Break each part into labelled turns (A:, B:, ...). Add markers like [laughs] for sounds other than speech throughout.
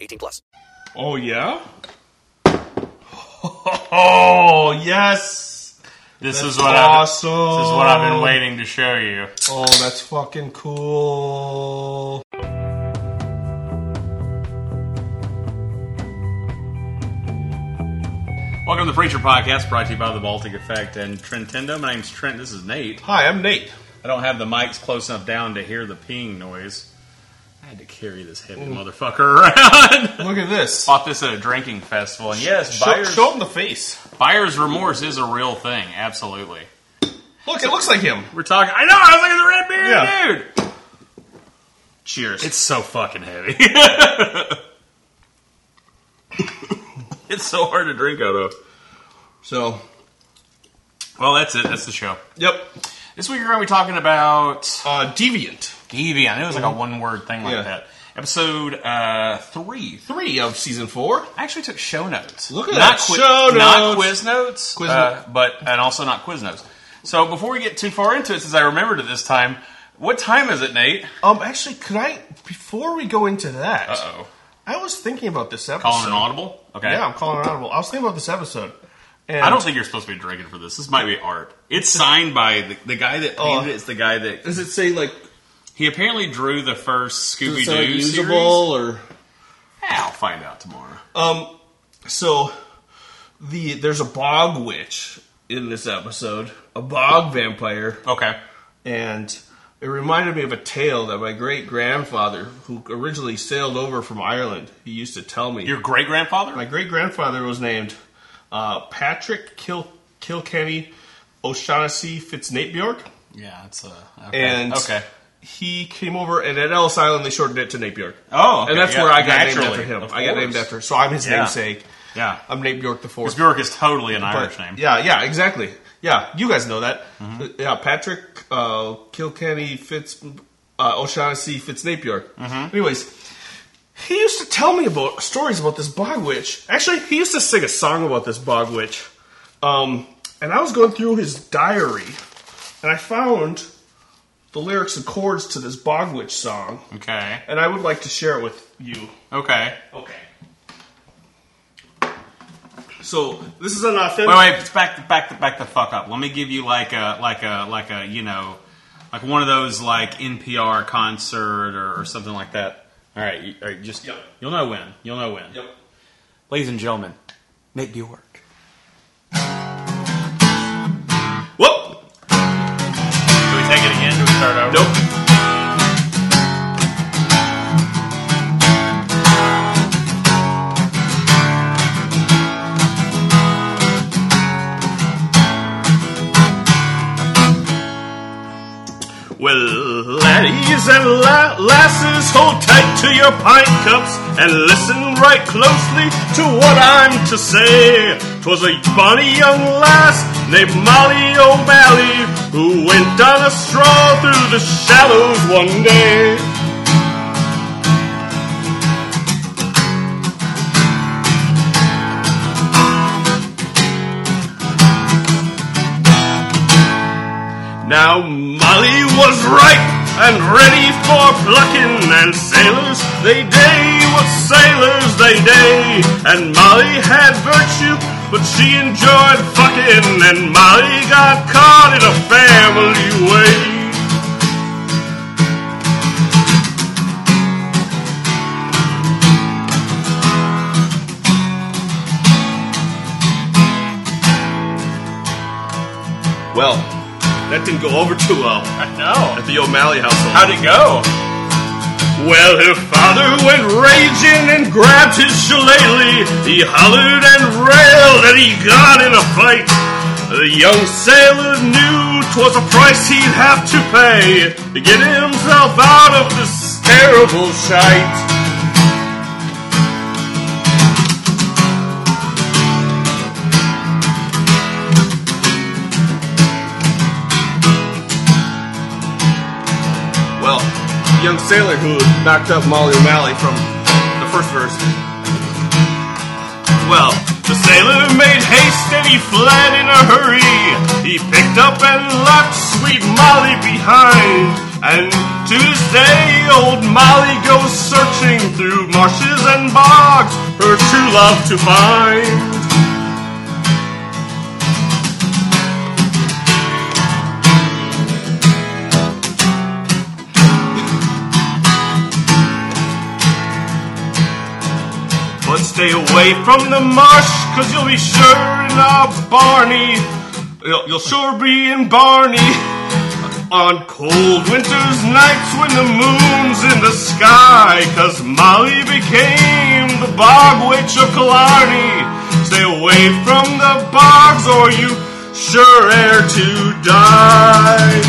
A: 18 plus.
B: Oh
C: [laughs]
B: yeah. Oh yes.
C: This
B: That's
C: is what
B: awesome.
C: I've, this is what I've been waiting to show you.
B: Oh, that's fucking cool.
C: Welcome to the Preacher Podcast, brought to you by the Baltic Effect and Trentendo. My name's Trent. This is Nate.
B: Hi, I'm Nate.
C: I don't have the mics close enough down to hear the peeing noise. I had to carry this heavy motherfucker [laughs] around.
B: Look at this.
C: Bought this at a drinking festival, and yes,
B: Show,
C: buyer's
B: show him the face.
C: buyer's remorse is a real thing. Absolutely.
B: Look, it looks like him.
C: We're talking. I know. I was looking at the red beard,
B: Yeah.
C: dude. Cheers. It's so fucking heavy. [laughs] it's so hard to drink out of.
B: So,
C: Well, that's it. That's the show.
B: yep.
C: This week we're going to be talking about
B: Uh, deviant
C: Deviant. I knew it was like a one word thing like
B: Mm-hmm. Yeah.
C: that. Episode uh, three.
B: three of season four.
C: I actually took show notes.
B: Look at that. Show
C: Not
B: notes.
C: quiz notes.
B: Quiz
C: uh, but and also not quiz notes. So before we get too far into it, since I remembered it this time, what time is it, Nate?
B: Um, actually, could I before we go into that?
C: Uh oh.
B: I was thinking about this episode.
C: Calling an audible. Okay.
B: Yeah, I'm calling an audible. I was thinking about this episode. And
C: I don't think you're supposed to be drinking for this. This might be art.
B: [laughs]
C: It's signed by the, the guy that
B: Oh.
C: painted it. It's the guy that
B: Does it say like
C: he apparently drew the first
B: does
C: Scooby
B: it say, like,
C: Doo series.
B: usable or?
C: I'll find out tomorrow.
B: Um, so the there's a bog witch in this episode, a bog vampire,
C: Okay.
B: and it reminded me of a tale that my great grandfather, who originally sailed over from Ireland, he used to tell me.
C: Your great grandfather?
B: my great grandfather was named uh, Patrick Kil- Kilkenny O'Shaughnessy Fitznapiorg,
C: Yeah, it's uh, okay.
B: and
C: okay.
B: he came over, and at Ellis Island they shortened it to Napiorg.
C: Oh, okay,
B: and that's
C: yeah,
B: where I got
C: naturally,
B: named after him.
C: of
B: I got named
C: course.
B: after, so I'm his
C: Yeah.
B: namesake.
C: Yeah,
B: I'm Nate Bjork the fourth.
C: Bjork is totally an
B: But-
C: Irish name. Mm-hmm.
B: Yeah, yeah, exactly. Yeah, you guys know that. Uh, Yeah, Patrick uh, Kilkenny Fitz uh, O'Shaughnessy Fitznapier.
C: Mm-hmm.
B: Anyways, he used to tell me about stories about this bog witch. Actually, he used to sing a song about this bog witch. Um, and I was going through his diary, and I found the lyrics and chords to this bog witch song,
C: Okay.
B: and I would like to share it with you.
C: Okay.
B: Okay. So this is an authentic.
C: Wait, wait. It's back, the, back, the, back the fuck up. Let me give you like a, like a, like a, you know, like one of those like NPR concert or, or something like that. All right. You, all right just
B: Yep.
C: you'll know when. You'll know when.
B: Yep.
C: Ladies and gentlemen, Nate Bjork.
B: Whoop.
C: Do we take it again? Do we start over?
B: Nope. Well, laddies and la- lasses, hold tight to your pint cups and listen right closely to what I'm to say. 'Twas a bonny young lass named Molly O'Malley who went on a straw through the shallows one day. Now Molly was ripe and ready for plucking, and sailors they day were sailors they day. And Molly had virtue, but she enjoyed fucking, and Molly got caught in a family way. Well, that didn't go over too well
C: No.
B: at the O'Malley household.
C: How'd it go?
B: Well, her father went raging and grabbed his shillelagh. He hollered and railed, and he got in a fight. The young sailor knew 'twas a price he'd have to pay to get himself out of this terrible shite. young sailor who knocked up Molly O'Malley from the first verse.
D: Well, the sailor made haste and he fled in a hurry. He picked up and left sweet Molly behind. And to this day, old Molly goes searching through marshes and bogs her true love to find. But stay away from the marsh, cause you'll be sure in a Barney. You'll, you'll sure be in Barney. On cold winter's nights when the moon's in the sky, cause Molly became the bog witch of Killarney. Stay away from the bogs, or you sure air to die.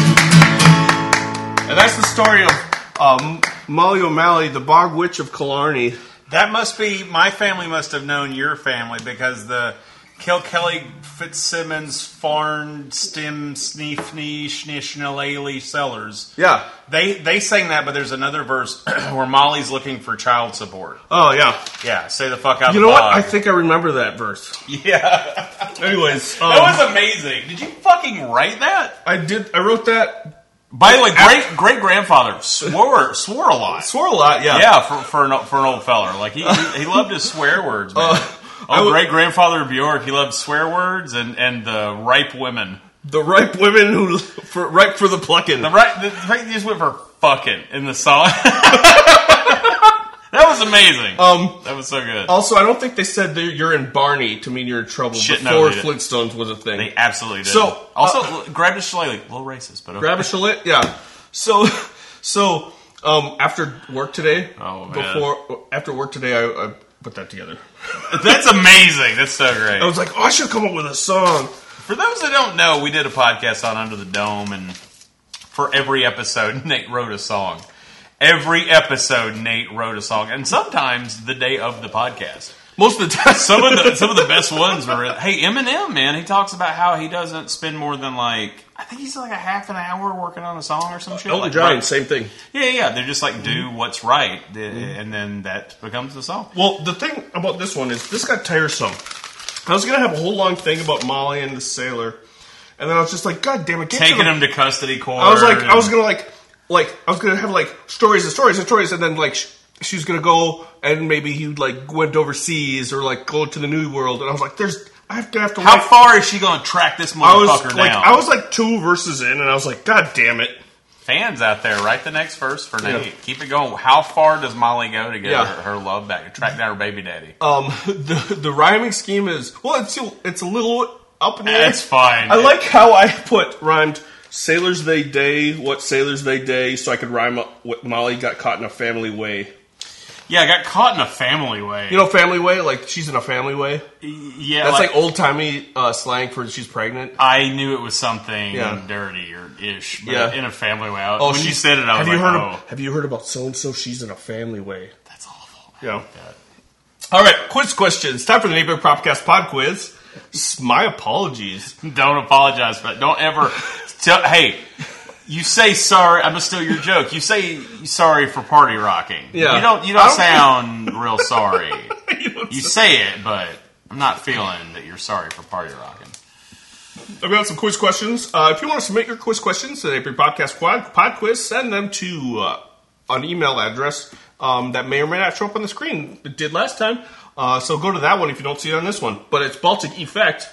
B: And that's the story of
D: uh,
B: um, Molly O'Malley, the bog witch of Killarney.
C: That must be my family must have known your family because the Kilkelly Fitzsimmons Farn Stim Sneefney Schnishnalely Sellers.
B: Yeah.
C: They they sang that, but there's another verse [clears throat] where Molly's looking for child support.
B: Oh, yeah.
C: Yeah, say the fuck out.
B: You know what?
C: loud.
B: I think I remember that verse.
C: [laughs] yeah,
B: Anyways, um,
C: that was amazing. Did you fucking write that?
B: I did. I wrote that.
C: By the way, great great grandfather swore swore a lot.
B: Swore a lot. Yeah.
C: Yeah, for, for, an, for an old feller. Like, he, he, he loved his swear
B: [laughs]
C: words, man.
B: I
C: oh,
B: would-
C: great grandfather Bjork, he loved swear words and, and the ripe women.
B: The ripe women who for ripe for the plucking.
C: The right, the, the right just went for fucking in the song. [laughs] that was amazing.
B: Um.
C: that was so good.
B: Also, I don't think they said that you're in Barney to mean you're in trouble
C: Shit, no,
B: before
C: they didn't.
B: Flintstones was a thing.
C: they absolutely did.
B: So, uh,
C: also, l- grab the shillelagh. A little racist, but okay.
B: Grab a chalet, yeah. So, so um, after work today,
C: Oh, man.
B: before after work today, I, I put that together.
C: That's amazing. That's so great.
B: I was like, oh, I should come up with a song.
C: For those that don't know, we did a podcast on Under the Dome, and for every episode, [laughs] Nate wrote a song. Every episode, Nate wrote a song, and sometimes the day of the podcast. [laughs]
B: Most of the time,
C: Some of the some of the best ones were hey Eminem, man. He talks about how he doesn't spend more than like I think he's like a half an hour working on a song or some shit.
B: Elton
C: like,
B: John, Mm-hmm.
C: right-
B: same thing.
C: Yeah, yeah. They're just like do what's right, th-
B: Mm-hmm.
C: and then that becomes the song.
B: Well, the thing about this one is this got tiresome. I was gonna have a whole long thing about Molly and the sailor, and then I was just like, God damn it, get
C: Taking
B: to the-
C: him to custody court.
B: I was like, I was
C: and-
B: gonna like, like I was gonna have like stories and stories and stories, and then like sh- she was gonna go and maybe he like went overseas or like go to the new world, and I was like, there's I have to have to.
C: How
B: wait.
C: far is she going to track this
B: I
C: motherfucker
B: was like,
C: down?
B: I was like two verses in, and I was like, God damn it!
C: fans out there, write the next verse for Nate.
B: Yeah.
C: Keep it going. How far does Molly go to get
B: Yeah.
C: her, her love back? Track down her baby daddy.
B: Um, [laughs] the the rhyming scheme is well, it's it's a little up in the air.
C: That's fine.
B: I like how I put rhymed sailors they day, what sailors they day, so I could rhyme up what Molly got caught in a family way.
C: Yeah, I got caught in a family way.
B: You know, family way, like she's in a family way.
C: yeah,
B: That's
C: like,
B: like, old timey uh, slang for she's pregnant.
C: I knew it was something
B: Yeah.
C: dirty or ish, but
B: Yeah. Oh,
C: in a family way. I, when you
B: she's-
C: said it, I
B: have
C: was like,
B: you heard
C: oh,
B: ab- have you heard about so and so? She's in a family way.
C: that's awful.
B: Yeah. All right, quiz questions. Time for the Neighborhood Propcast Pod Quiz. S- My apologies.
C: [laughs] Don't apologize for that.
B: [laughs]
C: Don't ever tell. Hey, you say sorry. I'm gonna steal your joke. You say sorry for party rocking.
B: Yeah.
C: You don't. You
B: I
C: don't
B: don't-
C: sound real sorry.
B: [laughs] You know,
C: You say it, but I'm not feeling that you're sorry for party rocking.
B: I've got some quiz questions. Uh, if you want to submit your quiz questions to the Neighborhood Podcast Quad Pod Quiz, send them to uh, an email address um, that may or may not show up on the screen. It did last time. Uh, so go to that one if you don't see it on this one. But it's Baltic Effect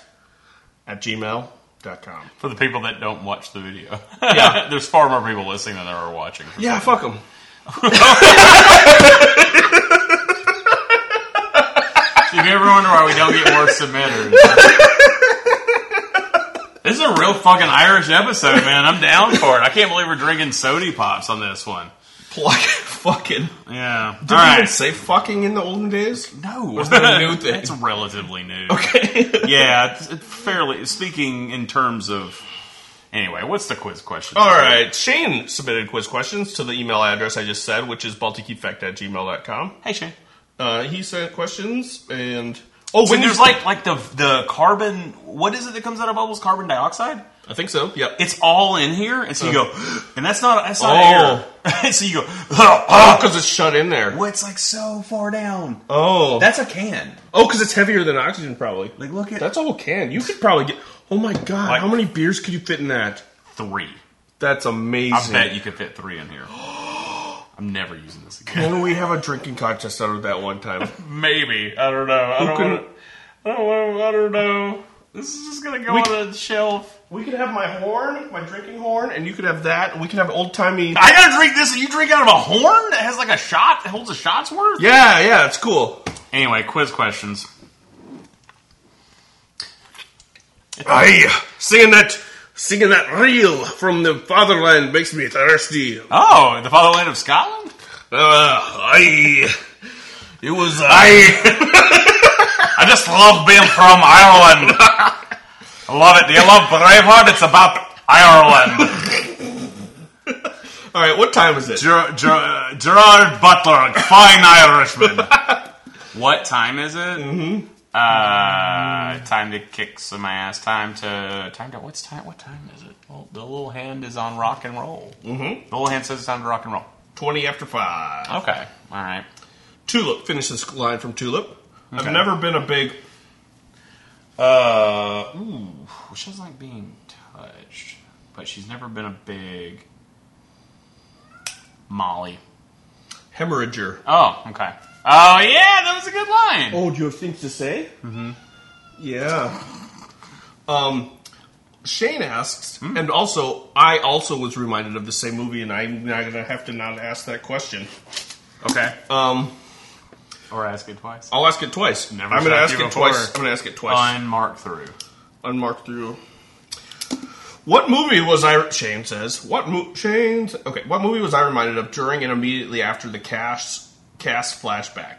B: at gmail.com.
C: For the people that don't watch the video, [laughs]
B: Yeah.
C: there's far more people listening than there are watching.
B: Yeah, fuck them.
C: If you ever wonder why we don't get more submitters, this is a real fucking Irish episode, man. I'm down for it. I can't believe we're drinking sody pops on this one.
B: Pluck [laughs] fucking.
C: Yeah.
B: Did
C: All
B: you even
C: right.
B: say fucking in the olden days? [laughs]
C: No,
B: Was that a
C: [laughs]
B: new thing?
C: It's relatively new.
B: Okay.
C: Yeah, it's, it's fairly speaking in terms of. Anyway, what's the quiz question?
B: All right. Shane submitted quiz questions to the email address I just said, which is balticeffect at gmail.com.
C: Hey Shane.
B: Uh, he sent questions, and Oh,
C: So
B: when you-
C: there's like like the the carbon. What is it that comes out of bubbles? Carbon dioxide.
B: I think so. Yep.
C: It's all in here, and so you go, [gasps] and that's not that's not
B: Uh. Oh.
C: air. [laughs] And so you go, [gasps]
B: oh, because it's shut in there.
C: well, it's like so far down.
B: Oh,
C: That's a can.
B: oh, because it's heavier than oxygen, probably.
C: Like look at
B: That's a whole can. You could probably get. Oh my god,
C: Like-
B: how many beers could you fit in that?
C: three.
B: That's amazing.
C: I bet you could fit three in here.
B: [gasps]
C: I'm never using this again.
B: Can we have a drinking contest out of that one time?
C: [laughs] Maybe I don't know. I don't
B: could-
C: wanna, I don't wanna, I don't know. This is just gonna go
B: We-
C: on a shelf.
B: we could have my horn, my drinking horn, and you could have that. and We could have old timey.
C: I gotta drink this, and you drink out of a horn that has like a shot that holds a shot's worth.
B: Yeah, yeah, it's cool.
C: Anyway, quiz questions.
B: Aye, singing that, singing that reel from the fatherland makes me thirsty. Uh,
C: Oh, the fatherland of Scotland.
B: aye, it was aye.
C: uh, [laughs] I just love being from Ireland. I love it. Do you love Braveheart? It's about Ireland.
B: All right, what time is it?
C: Ger- Ger- Gerard Butler, a fine Irishman. What time is it? Mm-hmm. Uh, time to kick some ass. Time to time to what's time? What time is it? Well, the little hand is on rock and roll. Mm-hmm. The little hand says it's time to rock and roll.
B: Twenty after five.
C: Okay, all right.
B: Tulip. Finish this line from Tulip.
C: Okay.
B: I've never been a big. Uh,
C: Ooh, she doesn't like being touched, but she's never been a big Molly.
B: hemorrhager.
C: Oh, okay. Oh yeah, that was a good line.
B: Oh, do you have things to say? Mm-hmm. Yeah. Um, Shane asks,
C: Hmm.
B: and also I also was reminded of the same movie, and I'm not gonna have to not ask that question.
C: Okay.
B: Um,
C: or ask it twice.
B: I'll ask it twice.
C: Never
B: I'm gonna
C: shot
B: ask
C: you
B: it
C: before.
B: twice. I'm gonna ask it twice.
C: Unmarked through.
B: Unmarked through. What movie was I? Shane says. What mo- Shane's? Okay. What movie was I reminded of during and immediately after the cast cast flashback?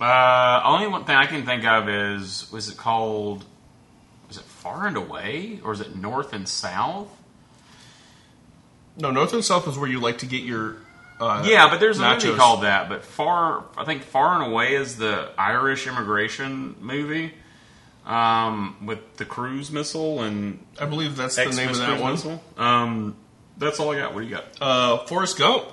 C: Uh, only one thing I can think of is was it called? Was it far and away, or is it north and south?
B: No, North and South was where you like to get your. Uh,
C: Yeah, but there's a
B: nachos.
C: movie called that. But far, I think far and away is the Irish immigration movie um, with the cruise missile and
B: I believe that's the name of that
C: ex-cruise
B: one.
C: missile. Um, that's all I got. What do you got?
B: Uh, Forrest Gump,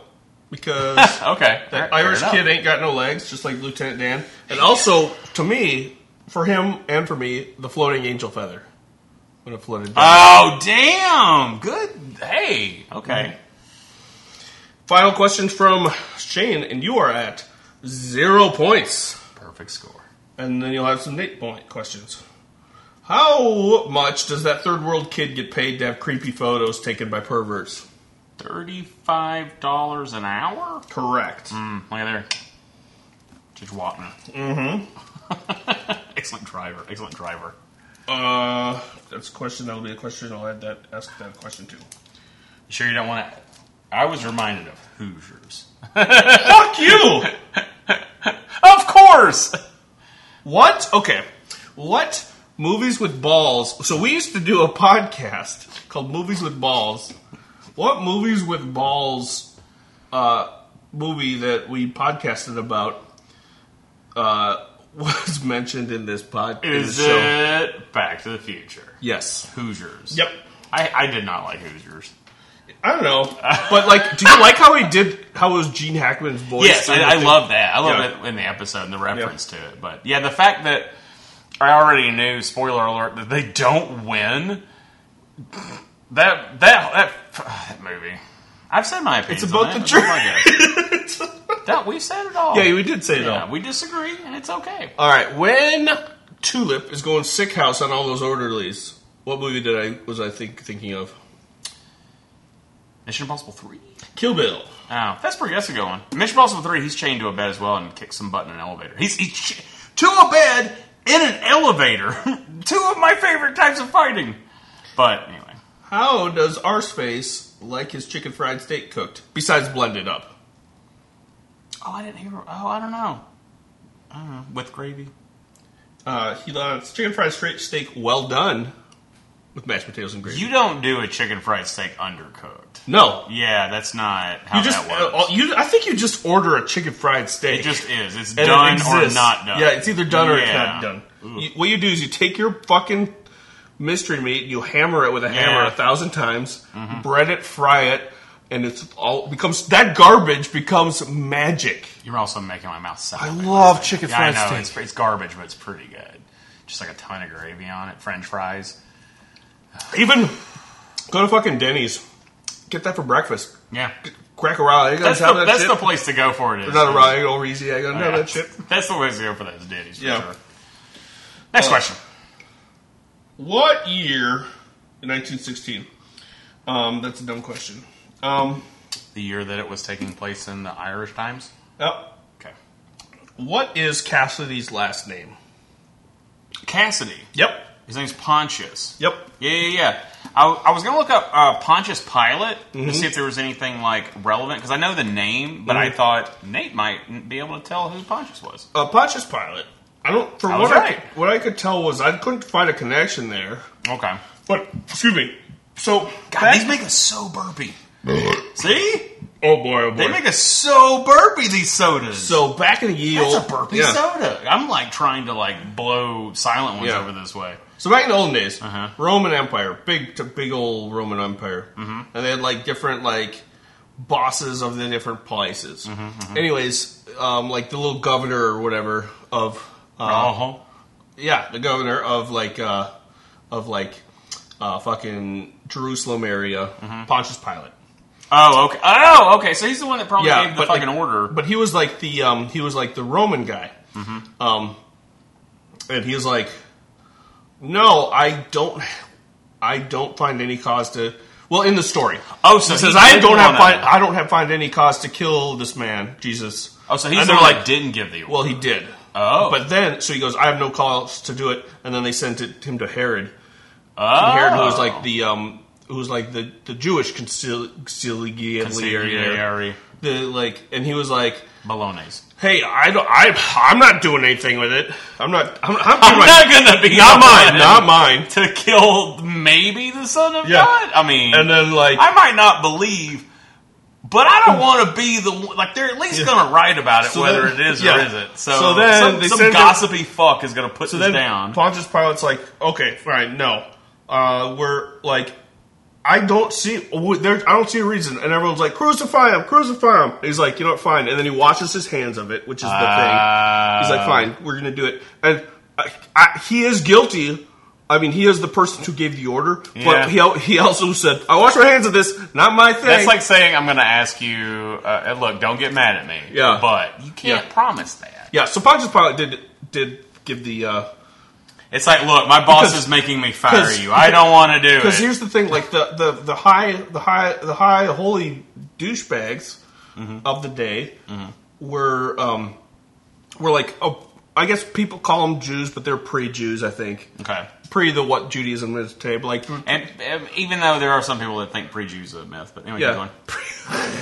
B: because
C: okay,
B: that Uh, Irish kid ain't got no legs, just like Lieutenant Dan. And also, to me, for him and for me, the floating angel feather when it floated. Down.
C: Oh damn! Good. Hey. Okay.
B: Final question from Shane, and you are at zero points.
C: Perfect score.
B: And then you'll have some Nate point questions. How much does that third world kid get paid to have creepy photos taken by perverts?
C: Thirty-five dollars an hour.
B: Correct.
C: Mm, look at there. Judge Watner. Mm-hmm.
B: Mm-hmm.
C: [laughs] excellent driver. Excellent driver.
B: Uh, that's a question. That'll be a question. I'll add that. Ask that question too.
C: You sure you don't want to? I was reminded of
B: [laughs]
C: Hoosiers.
B: Fuck you.
C: Of course.
B: What? Okay. What movies with balls? So we used to do a podcast called Movies with Balls. What movies with balls uh, movie that we podcasted about uh, [laughs] was mentioned in this pod? in
C: Is
B: this show?
C: it Back to the Future?
B: Yes.
C: Hoosiers.
B: Yep.
C: I, I did not like Hoosiers.
B: I don't know, but like, do you like how he did? How was Gene Hackman's voice?
C: Yes, I,
B: and
C: I
B: everything?
C: love that. I love
B: Yeah.
C: it in the episode and the reference to it. But yeah, the fact that I already knew, spoiler alert, that they don't win. That that [sighs] that, that movie. I've said my opinion.
B: It's about the
C: church.
B: [laughs]
C: that we said it all.
B: Yeah, we did say it all.
C: Yeah, we disagree, and it's okay.
B: All right, when Tulip is going sick house on all those orderlies, what movie did I was I think thinking of?
C: Mission Impossible Three.
B: Kill Bill.
C: Oh, that's pretty. That's a good one. Mission Impossible Three. He's chained to a bed as well and kicks some butt in an elevator. He's, he's ch- to a bed in an elevator. [laughs] Two of my favorite types of fighting. But anyway,
B: How does Arseface like his chicken fried steak cooked? Besides blended up.
C: oh, I didn't hear. Oh, I don't know. I don't know. With gravy.
B: Uh, he likes chicken fried straight steak well done. with mashed potatoes and gravy.
C: You don't do a chicken fried steak undercooked.
B: no,
C: Yeah, that's not how
B: you just
C: that works.
B: uh, you. I think you just order a chicken fried steak.
C: it just is. It's
B: And it
C: done or
B: exists.
C: not done.
B: Yeah, it's either done or it's
C: Yeah.
B: not done. You, what you do is you take your fucking mystery meat, you hammer it with a hammer
C: Yeah. Mm-hmm.
B: a thousand times, bread it, fry it, and it's all becomes that garbage becomes magic.
C: You're also making my mouth sour.
B: I love chicken
C: Yeah, I
B: fried
C: know
B: steak.
C: it's, it's garbage, but it's pretty good. Just like a ton of gravy on it, French fries.
B: Even go to fucking Denny's, get that for breakfast.
C: Yeah,
B: Crack a raw egg on
C: that's,
B: top
C: the,
B: of that
C: that's
B: shit.
C: the place to go for it. Is
B: Not a raw egg, over easy egg on
C: Oh,
B: top
C: yeah.
B: of that shit.
C: [laughs] That's the place to go for those ditties. For
B: Yeah. Uh,
C: Sure. Next question.
B: What year in 1916? Um, that's a dumb question. Um,
C: The year that it was taking place in the Irish Times.
B: oh,
C: Okay.
B: What is Cassidy's last name?
C: Cassidy.
B: Yep.
C: His name's Pontius.
B: Yep.
C: Yeah, yeah, yeah. I, I was gonna look up uh, Pontius Pilate
B: Mm-hmm.
C: to see if there was anything like relevant because I know the name, but I
B: Mhm.
C: thought Nate might be able to tell who Pontius was.
B: Uh, Pontius Pilate. I don't. From
C: I was
B: what I
C: right.
B: could, what I could tell was I couldn't find a connection there.
C: Okay.
B: But excuse me. So
C: God,
B: back-
C: these make us so burpy. see,
B: oh boy, oh boy.
C: they make us so burpy. These sodas.
B: so back in the ye
C: that's
B: old
C: a burpy
B: yeah.
C: soda. I'm like trying to like blow silent ones
B: Yeah.
C: over this way.
B: So back in the olden days,
C: Uh-huh.
B: Roman Empire, big to big old Roman Empire, mm-hmm. and they had like different like bosses of the different places. Anyways, um, like the little governor or whatever of uh,
C: Uh-huh.
B: Yeah, the governor of like uh of like uh fucking Jerusalem area, Pontius Pilate.
C: Oh, okay. Oh, okay. So he's the one that probably gave the fucking
B: like,
C: order.
B: But he was like the um he was like the Roman guy.
C: Mm-hmm.
B: Um and he was like no, I don't I don't find any cause to well in the story.
C: Oh, so
B: he says
C: he
B: I
C: did
B: don't have
C: wanna-
B: find, I don't have find any cause to kill this man, Jesus.
C: oh, so he's
B: And
C: the
B: they're
C: one that didn't give the order.
B: well, he did.
C: Oh.
B: But then, so he goes, I have no calls to do it. And then they sent it, him to Herod.
C: oh.
B: Herod, who was like the, um, who was like the, the Jewish concil- conciliary.
C: Consigliere
B: The, like, and he was like,
C: Bolognese.
B: hey, I don't, I, I'm not doing anything with it. I'm not, I'm, I'm,
C: I'm
B: doing
C: not
B: my-
C: gonna be
B: not
C: the
B: mine,
C: one
B: not mine.
C: [laughs] to kill maybe the son of
B: Yeah.
C: God. I mean,
B: And then like,
C: I might not believe, but I don't want to be the one- like they're at least going to write about it
B: So
C: whether
B: then-
C: it is or
B: yeah.
C: isn't. So,
B: So then
C: some,
B: they
C: some
B: send him-
C: gossipy fuck is going to put
B: So
C: this
B: then
C: down.
B: Pontius Pilate's like, okay, fine, no, uh, we're like, I don't see w- there. I don't see a reason, and everyone's like, crucify him, crucify him. And he's like, you know what, fine. And then he washes his hands of it, which is the
C: Ah.
B: thing. He's like,
C: Oh.
B: fine, we're gonna do it. And I, I, he is guilty. I mean, he is the person who gave the order,
C: Yeah.
B: but he al- he also said, I wash my hands of this, not my thing.
C: That's like saying I'm going to ask you. Uh, and look, don't get mad at me.
B: Yeah.
C: but you can't
B: Yeah.
C: promise that.
B: yeah. So Pontius Pilate did did give the. uh
C: It's like, look, my boss
B: Because-
C: is making me fire
B: because-
C: you. I don't want to do it.
B: Because here's the thing, like the, the, the high the high the high holy douchebags of the day were um were like oh, I guess people call them Jews, but they're pre-Jews, I think.
C: okay.
B: Pre the what Judaism is today, but like
C: And, and even though there are some people that think pre-Jews are a myth, but anyway, keep
B: yeah,
C: going.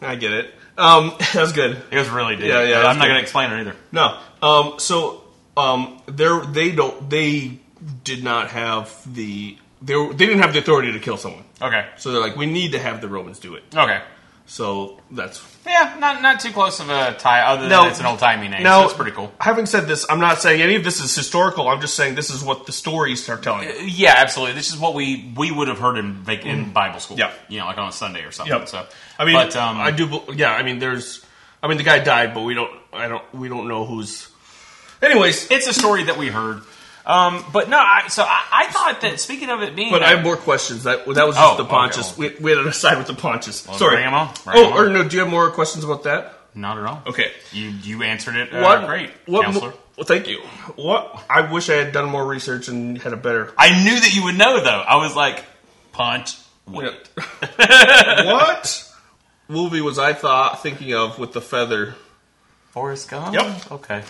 B: I get it. Um, [laughs] that's good.
C: it was really deep.
B: Yeah, yeah, that's
C: I'm not
B: good.
C: going to explain it either.
B: No, um, so um, they're they don't they did not have the they were, they didn't have the authority to kill someone.
C: Okay,
B: So they're like, we need to have the Romans do it.
C: okay,
B: So that's
C: yeah, not not too close of a tie. Other than
B: No.
C: it's an old timey name,
B: Now,
C: so it's pretty cool.
B: Having said this, I'm not saying any of this is historical. I'm just saying this is what the stories are telling. you.
C: Yeah, absolutely. This is what we we would have heard in vac- in Bible school.
B: Yeah.
C: you know, like on a Sunday or something.
B: Yep.
C: So
B: I mean,
C: but, um,
B: I do. bel- Yeah, I mean, there's. I mean, the guy died, but we don't. I don't. We don't know who's. Anyways,
C: It's a story that we heard. Um, but no, I, so I, I thought that speaking of it being,
B: but
C: a-
B: I have more questions. That that was just
C: Oh,
B: the Pontius. we,
C: okay,
B: we had an aside with the Pontius. Sorry.
C: bring 'em on, bring 'em
B: oh,
C: on.
B: or no? Do you have more questions about that?
C: not at all.
B: Okay.
C: you you answered it. Uh,
B: What?
C: Great,
B: What?
C: counselor.
B: mo- Well, thank you. What? I wish I had done more research and had a better.
C: I knew that you would know, though. I was like, punch. Wait.
B: [laughs] what movie was I thought thinking of with the feather?
C: Forrest Gump.
B: Yep.
C: Okay.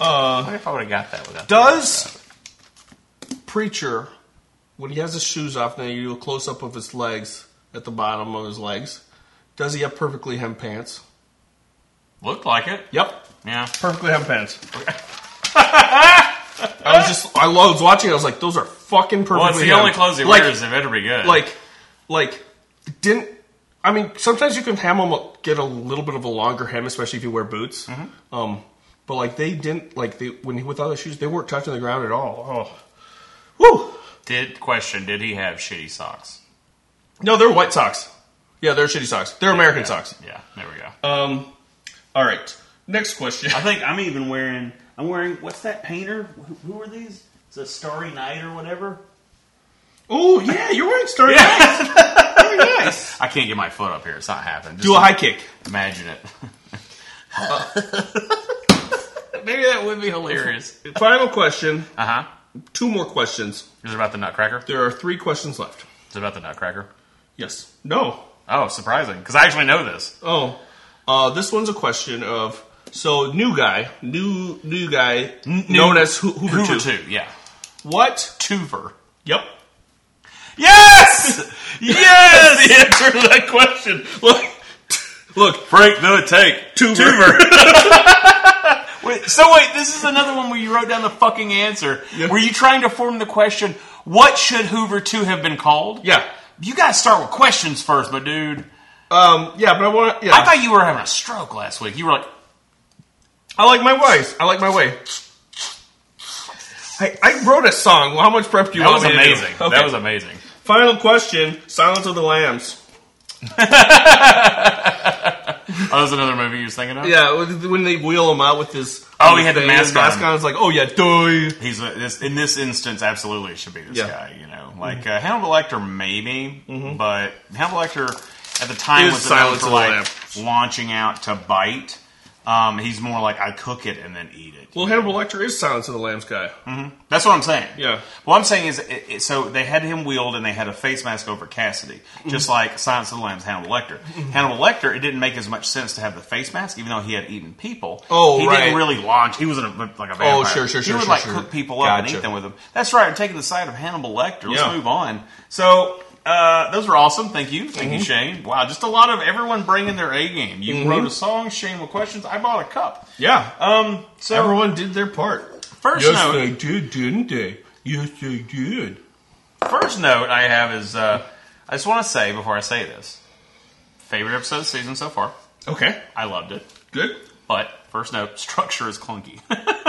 B: Uh,
C: I wonder if I would have got that without.
B: Does preacher, when he has his shoes off, and you do a close up of his legs at the bottom of his legs, does he have perfectly hemmed pants?
C: Looked like it.
B: Yep,
C: Yeah.
B: perfectly hemmed pants. [laughs] I was just, I was watching. it, I was like, those are fucking perfect.
C: Well, it's the only clothes he
B: like,
C: wears. They better be
B: [laughs]
C: good.
B: Like, like, didn't. I mean, sometimes you can hem them up- get a little bit of a longer hem, especially if you wear boots. Um, but like they didn't like they when he with other shoes, they weren't touching the ground at all. Oh, woo!
C: did question? Did he have shitty socks?
B: No, they're white socks. Yeah, they're shitty socks. They're American
C: Yeah.
B: socks.
C: Yeah, there we go.
B: Um, all right. Next question.
E: Uh,
B: [laughs]
E: I think I'm even wearing. I'm wearing what's that painter? Who, who are these? It's a Starry Night or whatever.
B: Oh yeah, you're right, Star. Very nice.
C: I can't get my foot up here. It's not happening. Just
B: Do a high kick.
C: Imagine it. [laughs] Maybe that would be hilarious.
B: Final question.
C: Uh huh.
B: Two more questions.
C: Is it about the Nutcracker? Is
B: There are three questions left.
C: it about the Nutcracker?
B: Yes. No.
C: Oh, surprising. Because I actually know this.
B: Oh. Uh, this one's a question of so new guy, new new guy,
C: new-
B: known as Ho- Hoover,
C: Hoover
B: two.
C: two, yeah.
B: What?
C: Twover.
B: Yep.
C: Yes! [laughs]
B: Yes. the answer to that question. Look. Look.
C: Break the take.
B: Tuber.
C: [laughs] Wait, so wait, this is another one where you wrote down the fucking answer.
B: Yeah.
C: Were you trying to form the question, what should Hoover 2 have been called?
B: yeah.
C: You gotta start with questions first, my dude.
B: Um. Yeah. But I want. Yeah.
C: I thought you were having a stroke last week. You were like,
B: I like my ways. I like my way. I, I wrote a song. Well, how much prep do you
C: that
B: want
C: was
B: me to do?
C: amazing.
B: Okay.
C: That was amazing.
B: Final question: Silence of the Lambs.
C: Oh, that was another movie you was thinking of?
B: Yeah, when they wheel him out with his
C: Oh, he had the
B: thing,
C: mask
B: his
C: on.
B: It's like, oh yeah, die.
C: He's a, this, in this instance, absolutely it should be this
B: Yeah.
C: guy. You
B: Mm-hmm.
C: know, like uh, Hannibal Lecter, maybe, but Hannibal Lecter at the time
B: Is
C: was known
B: Silence
C: for
B: of the
C: like
B: Lambs.
C: launching out to bite. Um, he's more like I cook it and then eat it.
B: Well, Hannibal Lecter is Silence of the Lambs guy.
C: That's what I'm saying.
B: Yeah.
C: What I'm saying is, it, it, so they had him wheeled and they had a face mask over Cassidy,
B: Mm-hmm.
C: just like Silence of the Lambs, Hannibal Lecter. Hannibal Lecter, it didn't make as much sense to have the face mask, even though he had eaten people.
B: Oh,
C: he
B: right. Oh,
C: didn't really launch. He was in a, like a vampire.
B: sure, sure,
C: He
B: sure,
C: would
B: sure,
C: like
B: sure.
C: cook people up and
B: Gotcha.
C: eat them with them. That's right. I'm taking the side of Hannibal Lecter. Let's
B: Yeah.
C: move on. So. Uh, those were awesome. Thank you. Thank
B: Mm-hmm.
C: you, Shane. Wow, just a lot of everyone bringing their A game. You wrote a song, Shane with questions. I bought a cup.
B: Yeah,
C: Um, so
B: everyone did their part.
C: first
B: yes,
C: note.
B: they did, didn't they? Yes, they did.
C: First note I have is uh, I just want to say before I say this favorite episode of the season so far.
B: Okay,
C: I loved it.
B: good.
C: But first note, structure is clunky. [laughs]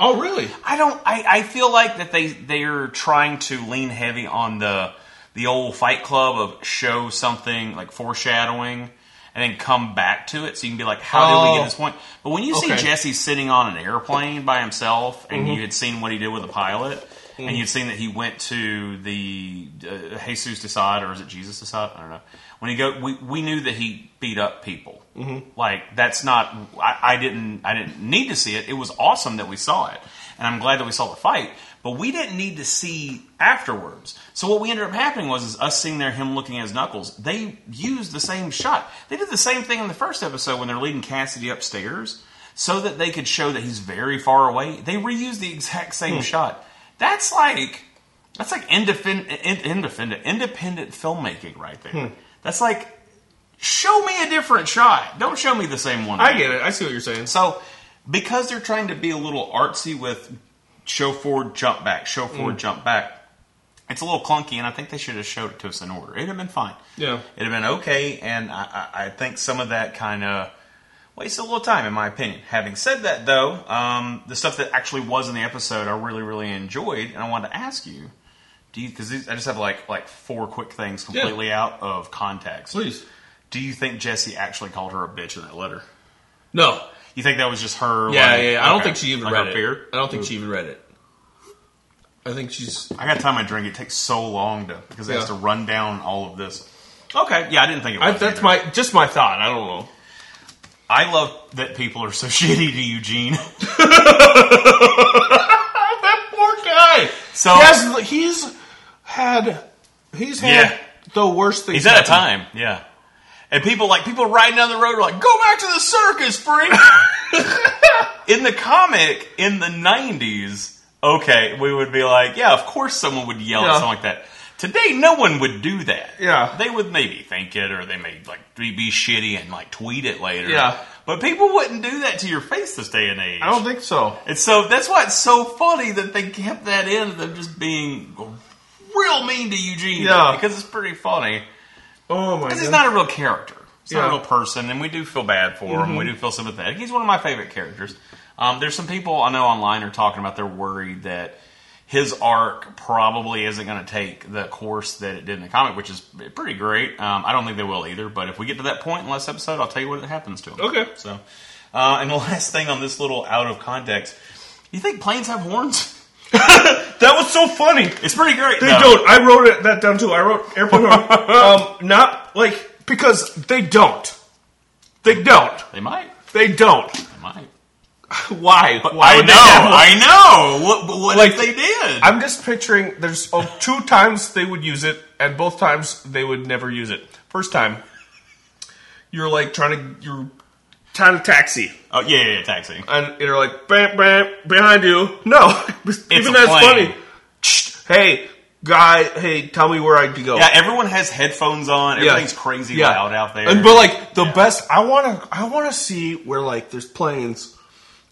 B: Oh, really?
C: I don't. I, I feel like that they they're trying to lean heavy on the the old Fight Club of show something like foreshadowing and then come back to it, so you can be like, how did we get
B: Oh.
C: to this point? But when you
B: Okay.
C: see Jesse sitting on an airplane by himself, and you had seen what he did with the pilot. And you'd seen that he went to the uh, Jesus Decide, or is it Jesus Decide? I don't know. When he go, we, we knew that he beat up people. Like that's not. I, I didn't. I didn't need to see it. It was awesome that we saw it, and I'm glad that we saw the fight. But we didn't need to see afterwards. So what we ended up happening was is us seeing there him looking at his knuckles. They used the same shot. They did the same thing in the first episode when they're leading Cassidy upstairs, so that they could show that he's very far away. They reused the exact same shot. That's like that's like independent, independent, independent filmmaking right there. That's like show me a different shot. Don't show me the same one.
B: I get it. I see what you're saying.
C: So, because they're trying to be a little artsy with show forward, jump back, show
B: Mm.
C: forward, jump back, it's a little clunky, and I think they should have showed it to us in order. It'd have been fine.
B: Yeah.
C: It'd have been okay, and I, I, I think some of that kind of wasted a little time, in my opinion. Having said that, though, um, the stuff that actually was in the episode, I really, really enjoyed, and I wanted to ask you. Do you, because I just have like like four quick things completely out of context.
B: Please.
C: do you think Jesse actually called her a bitch in that letter?
B: No.
C: You think that was just her?
B: Yeah,
C: like-
B: yeah. yeah. I don't
C: okay.
B: think she even
C: Like
B: read
C: her
B: it.
C: fear?
B: I don't think she even read it. I think she's
C: I got time I drink. It takes so long to because it has
B: Yeah.
C: to run down all of this. Okay, yeah, I didn't think it
B: I,
C: was.
B: that's
C: either.
B: my just my thought. I don't know.
C: I love that people are so [laughs] shitty
B: [laughs]
C: to Eugene.
B: that poor guy.
C: So-
B: he has, he's had he's had
C: Yeah.
B: the worst thing.
C: He's at a time. Yeah. And people like people riding down the road are like, "Go back to the circus, freak." [laughs] in the comic in the '90s, okay, we would be like, "Yeah, of course someone would yell at
B: Yeah.
C: something like that." Today, no one would do that.
B: Yeah.
C: They would maybe think it, or they may like be be shitty and like tweet it later.
B: Yeah.
C: But people wouldn't do that to your face this day and age.
B: I don't think so.
C: And so that's why it's so funny that they kept that in of them just being real mean to Eugene.
B: Yeah.
C: Because it's pretty funny.
B: Oh my god.
C: Because he's not a real character. He's not a
B: Yeah. Mm-hmm.
C: real person, and we do feel bad for him. We do feel sympathetic. He's one of my favorite characters. Um, there's some people I know online are talking about they're worried that his arc probably isn't going to take the course that it did in the comic, which is pretty great. Um, I don't think they will either, but if we get to that point in the last episode, I'll tell you what happens to him.
B: Okay.
C: So, uh, and the [laughs] last thing on this little out of context, you think planes have horns? [laughs]
B: that was so funny.
C: It's pretty great.
B: They
C: though.
B: don't. I wrote it, that down too. I wrote [laughs] airplane horn. um, not like because they don't. They don't.
C: They might.
B: They don't.
C: They might.
B: Why? Why
C: I
B: would
C: know.
B: they have one?
C: I know. What, but what if
B: Like,
C: they did?
B: I'm just picturing there's oh, two times they would use it, and both times they would never use it. First time, you're like trying to you're trying to taxi,
C: Oh yeah, yeah, yeah taxi.
B: and you're like bam bam behind you. No, [laughs] even
C: a
B: that's
C: plane.
B: funny. Shh, hey guy, hey, tell me where I would go.
C: Yeah, everyone has headphones on.
B: Yeah.
C: Everything's crazy
B: Yeah.
C: loud out there.
B: And but like the best, I want to I want to see where like there's planes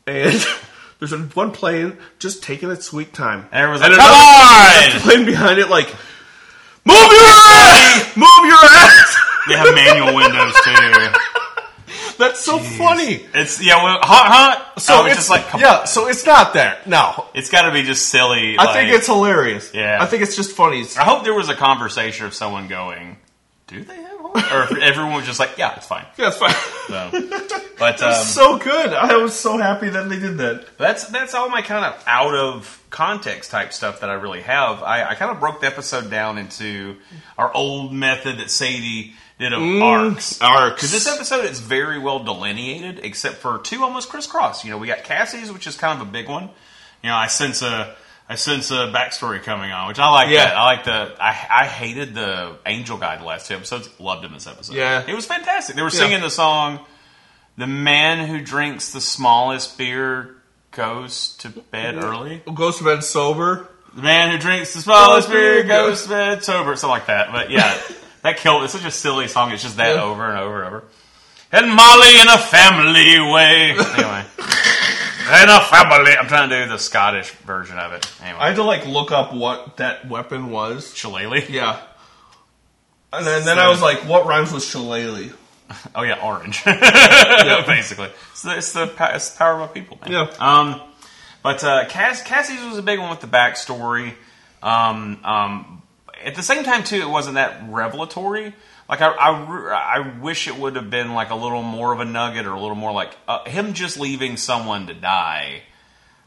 B: and [laughs] there's one plane just taking its sweet time.
C: And everyone's
B: And
C: like, "Come
B: another [laughs]
C: on!"
B: plane behind it like move your
C: [laughs]
B: ass, move your ass.
C: they have manual windows too.
B: [laughs] That's so funny.
C: It's yeah, well, hot, hot.
B: So
C: I was
B: it's
C: just like, come on.
B: yeah, so it's not that. No,
C: it's got to be just silly.
B: I think
C: like-
B: it's hilarious.
C: Yeah.
B: I think it's just funny.
C: I hope there was a conversation of someone going, "Do they have?" Horns? Or if everyone was just like, "Yeah, it's fine."
B: That's [laughs] fine.
C: So,
B: [laughs]
C: but um,
B: so good. I was so happy that they did that.
C: That's that's all my kind of out of context type stuff that I really have. I, I kind of broke the episode down into our old method that Sadie did of
B: Mm.
C: arcs.
B: arcs.
C: Because this episode is very well delineated, except for two almost crisscross. You know, we got Cassie's, which is kind of a big one. You know, I sense a I sense a backstory coming on, which I like.
B: Yeah.
C: that. I like the. I I hated the Angel guy the last two episodes. Loved him this episode.
B: Yeah.
C: it was fantastic. They were
B: Yeah.
C: singing the song. The man who drinks the smallest beer goes to bed early.
B: Goes to bed sober.
C: The man who drinks the smallest beer goes to bed sober. Something like that. But yeah, that killed. It's such a silly song. It's just that
B: Yeah.
C: over and over and over. And Molly in a family way. Anyway. In a family. I'm trying to do the Scottish version of it. Anyway.
B: I had to like look up what that weapon was.
C: Shillelagh.
B: Yeah. And then, then I was like, what rhymes with shillelagh?
C: Oh yeah, orange. [laughs] Basically, it's the, it's the pa- it's the power of our people. Man.
B: Yeah.
C: Um, but uh, Cass, Cassie's was a big one with the backstory. Um, um, at the same time, too, it wasn't that revelatory. Like I, I, re- I wish it would have been like a little more of a nugget or a little more like uh, him just leaving someone to die.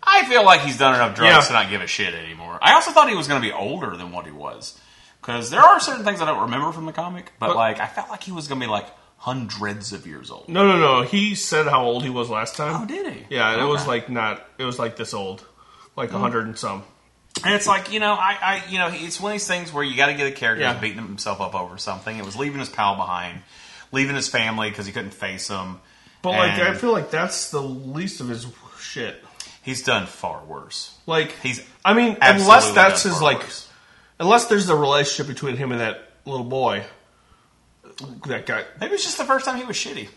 C: I feel like he's done enough drugs
B: Yeah.
C: to not give a shit anymore. I also thought he was going to be older than what he was because there are certain things I don't remember from the comic, but, like I felt like he was going to be like hundreds of years old.
B: No, no, no. He said how old he was last time.
C: Oh, did he?
B: Yeah, and it was
C: Okay. Hmm.
B: like not, it was like this old. Like a hundred and some.
C: And it's like you know, I, I you know, it's one of these things where you got to get a character
B: Yeah.
C: who's beating himself up over something. It was leaving his pal behind, leaving his family because he couldn't face them.
B: But like, I
C: And
B: feel like that's the least of his shit.
C: he's done far worse.
B: Like,
C: He's
B: I mean,
C: absolutely
B: unless that's
C: done
B: his,
C: far
B: like,
C: worse.
B: unless there's a relationship between him and that little boy. That guy.
C: Maybe it's just the first time he was shitty,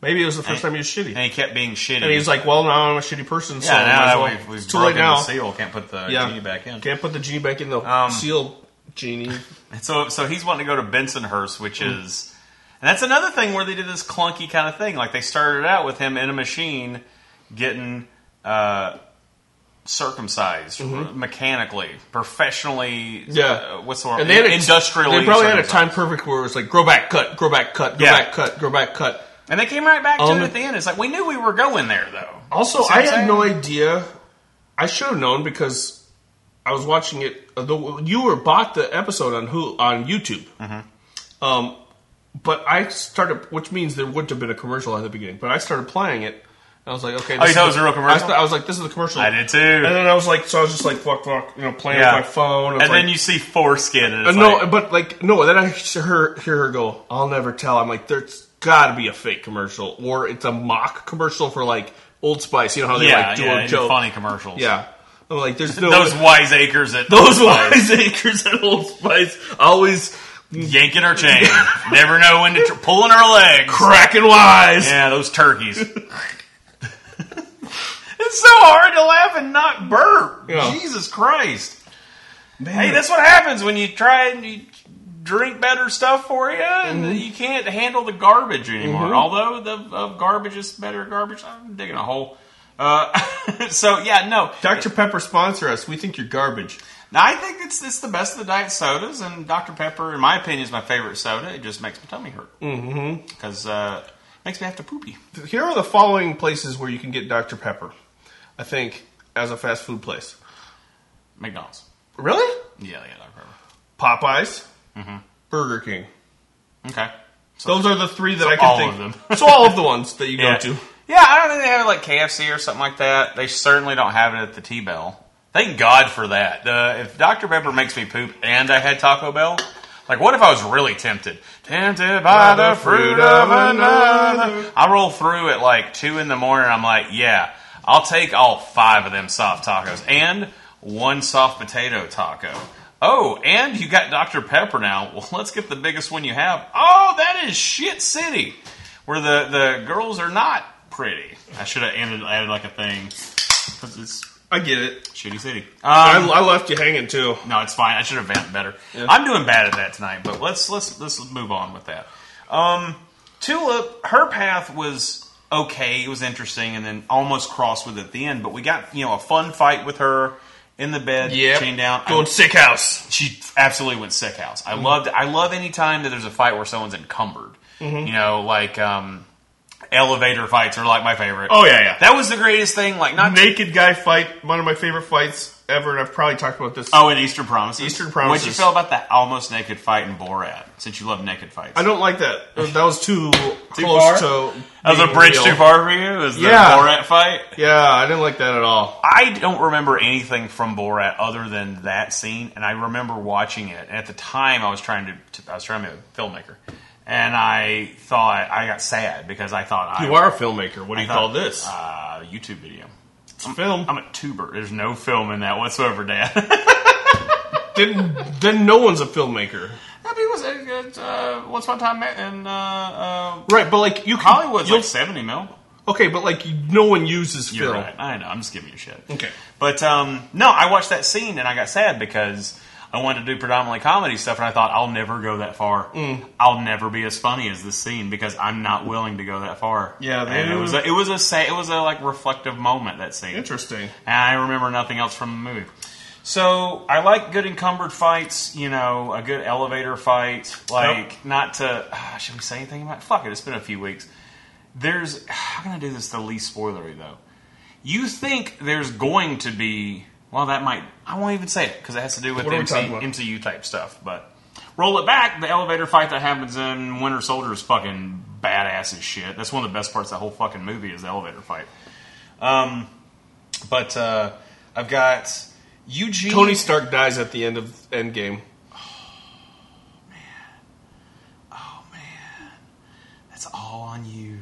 B: Maybe it was the first time he was shitty.
C: and he kept being shitty.
B: And he's like, well, now I'm a shitty person, so
C: "Yeah, now
B: might as
C: that
B: well.
C: we've,
B: It's
C: we've
B: too late
C: broken
B: now.
C: the seal, can't put the
B: Yeah.
C: genie back in."
B: Can't put the genie back in the
C: Um,
B: seal genie.
C: And so, so he's wanting to go to Bensonhurst, which
B: Hmm.
C: is, and that's another thing where they did this clunky kind of thing. Like they started out with him in a machine getting uh, circumcised mechanically, professionally.
B: Mm-hmm. Yeah.
C: uh, what's the word?
B: And they had a,
C: industrially.
B: They probably had a
C: circumcised.
B: time perfect where it was like, grow back, cut, grow back, cut, grow
C: Yeah.
B: back, cut, grow back, cut.
C: and they came right back to
B: Um,
C: it at the end. It's like we knew we were going there, though.
B: Also,
C: See what
B: I
C: I'm saying?
B: had no idea. I should have known because I was watching it. uh, The, you were bought the episode on who on YouTube.
C: Mm-hmm.
B: Um, but I started, which means there wouldn't have been a commercial at the beginning. But I started playing it. And I was like, okay. this
C: Oh, you thought
B: is-
C: it was a real commercial?
B: I, thought- I was like, this is a commercial.
C: I did too.
B: And then I was like, so I was just like, fuck, fuck, you know, playing
C: Yeah.
B: with my phone. I was
C: And
B: like,
C: then you see foreskin, and
B: Uh,
C: it's
B: no,
C: like,
B: but like no. Then I hear her, hear her go, "I'll never tell." I'm like, "There's got to be a fake commercial, or it's a mock commercial for like Old Spice." You know how they
C: yeah,
B: like do
C: yeah,
B: a
C: and
B: joke,
C: funny commercials.
B: yeah. I'm like, there's no
C: Those wiseacres at
B: those [laughs] wiseacres at Old Spice always
C: yanking our chain. Never know when to tr- pulling our legs.
B: cracking wise.
C: Yeah, those [laughs] turkeys. it's so hard to laugh and not burp.
B: Yeah.
C: Jesus Christ. Hey, that's what happens when you try and you drink better stuff for you, and you can't handle the garbage anymore. Although the of garbage is better garbage. I'm digging a hole. Uh, [laughs] so yeah, no.
B: Dr Pepper sponsor us. We think you're garbage.
C: Now, I think it's it's the best of the diet sodas, and Dr Pepper, in my opinion, is my favorite soda. It just makes my tummy hurt mm-hmm. because uh, it makes me have to poopy.
B: Here are the following places where you can get Dr Pepper. I think as a fast food place.
C: McDonald's.
B: Really?
C: Yeah, yeah, Dr Pepper.
B: Popeyes,
C: Mm-hmm.
B: Burger King.
C: Okay.
B: Those are the three that I can
C: all
B: think.
C: of
B: [laughs]
C: them.
B: so all of the ones that you
C: yeah.
B: go to.
C: Yeah, I don't think they have it like KFC or something like that. They certainly don't have it at the T Bell. Thank God for that. Uh, if Dr Pepper makes me poop and I had Taco Bell, like what if I was really tempted? Tempted by the fruit of another. I roll through at like two in the morning. I'm like, yeah, I'll take all five of them soft tacos and one soft potato taco. Oh, and you got Dr. Pepper now. [laughs] Well, let's get the biggest one you have. Oh, that is Shit City, where the, the girls are not pretty. I should have added, added like a thing because it's
B: I get it.
C: Shitty City. Um,
B: I, I left you hanging too.
C: no, it's fine. I should have vamped better. I'm doing bad at that tonight, but let's let's let's move on with that. Um, Tulip, her path was okay. It was interesting, and then almost crossed with it at the end. But we got you know a fun fight with her in the bed,
B: Yep.
C: chained down. I-
B: Going Mm-hmm. sick house.
C: she absolutely went sick house. I loved. I love any time that there's a fight where someone's encumbered.
B: Mm-hmm.
C: You know, like um, elevator fights are like my favorite.
B: Oh yeah, yeah.
C: that was the greatest thing. Like not
B: naked guy fight, one of my favorite fights ever, and I've probably talked about this.
C: oh, in Eastern Promises.
B: Eastern
C: What you
B: Promises.
C: feel about that almost naked fight in Borat? Since you love naked fights,
B: I don't like that. Uh, That was too,
C: far?
B: close to.
C: That was a
B: being
C: bridge
B: real.
C: too far for you. Is the
B: Yeah.
C: Borat fight?
B: Yeah, I didn't like that at all.
C: I don't remember anything from Borat other than that scene, and I remember watching it. And at the time, I was trying to, to I was trying to be a filmmaker, and I thought I got sad because I thought I,
B: You are a filmmaker. What do
C: I
B: you
C: thought-
B: call this?
C: uh, YouTube video.
B: It's a film.
C: I'm a tuber. There's no film in that whatsoever, Dad.
B: Didn't, then no one's a filmmaker,
C: That was uh, [laughs] uh, once upon a time in uh, uh,
B: right? But like you, can,
C: Hollywood's
B: you'll-
C: like seventy mil.
B: okay, but like no one uses
C: You're
B: film.
C: right. I know. I'm just giving you shit.
B: Okay.
C: But um, no, I watched that scene and I got sad because I wanted to do predominantly comedy stuff, and I thought I'll never go that far.
B: Mm.
C: I'll never be as funny as this scene because I'm not willing to go that far.
B: Yeah, they-
C: and it was a, it was a sa- it was a like reflective moment that scene.
B: Interesting.
C: And I remember nothing else from the movie. So I like good encumbered fights. You know, a good elevator fight. Like not to ah, should we say anything about? Fuck it. It's been a few weeks. There's how can I do this the least spoilery though? You think there's going to be well that might I won't even say it because it has to do with
B: What are we
C: MC,
B: talking about?
C: MCU type stuff. But roll it back, the elevator fight that happens in Winter Soldier is fucking badass as shit. That's one of the best parts of that whole fucking movie is the elevator fight. Um, but uh, I've got Eugene.
B: Tony Stark dies at the end of Endgame.
C: That's all on you.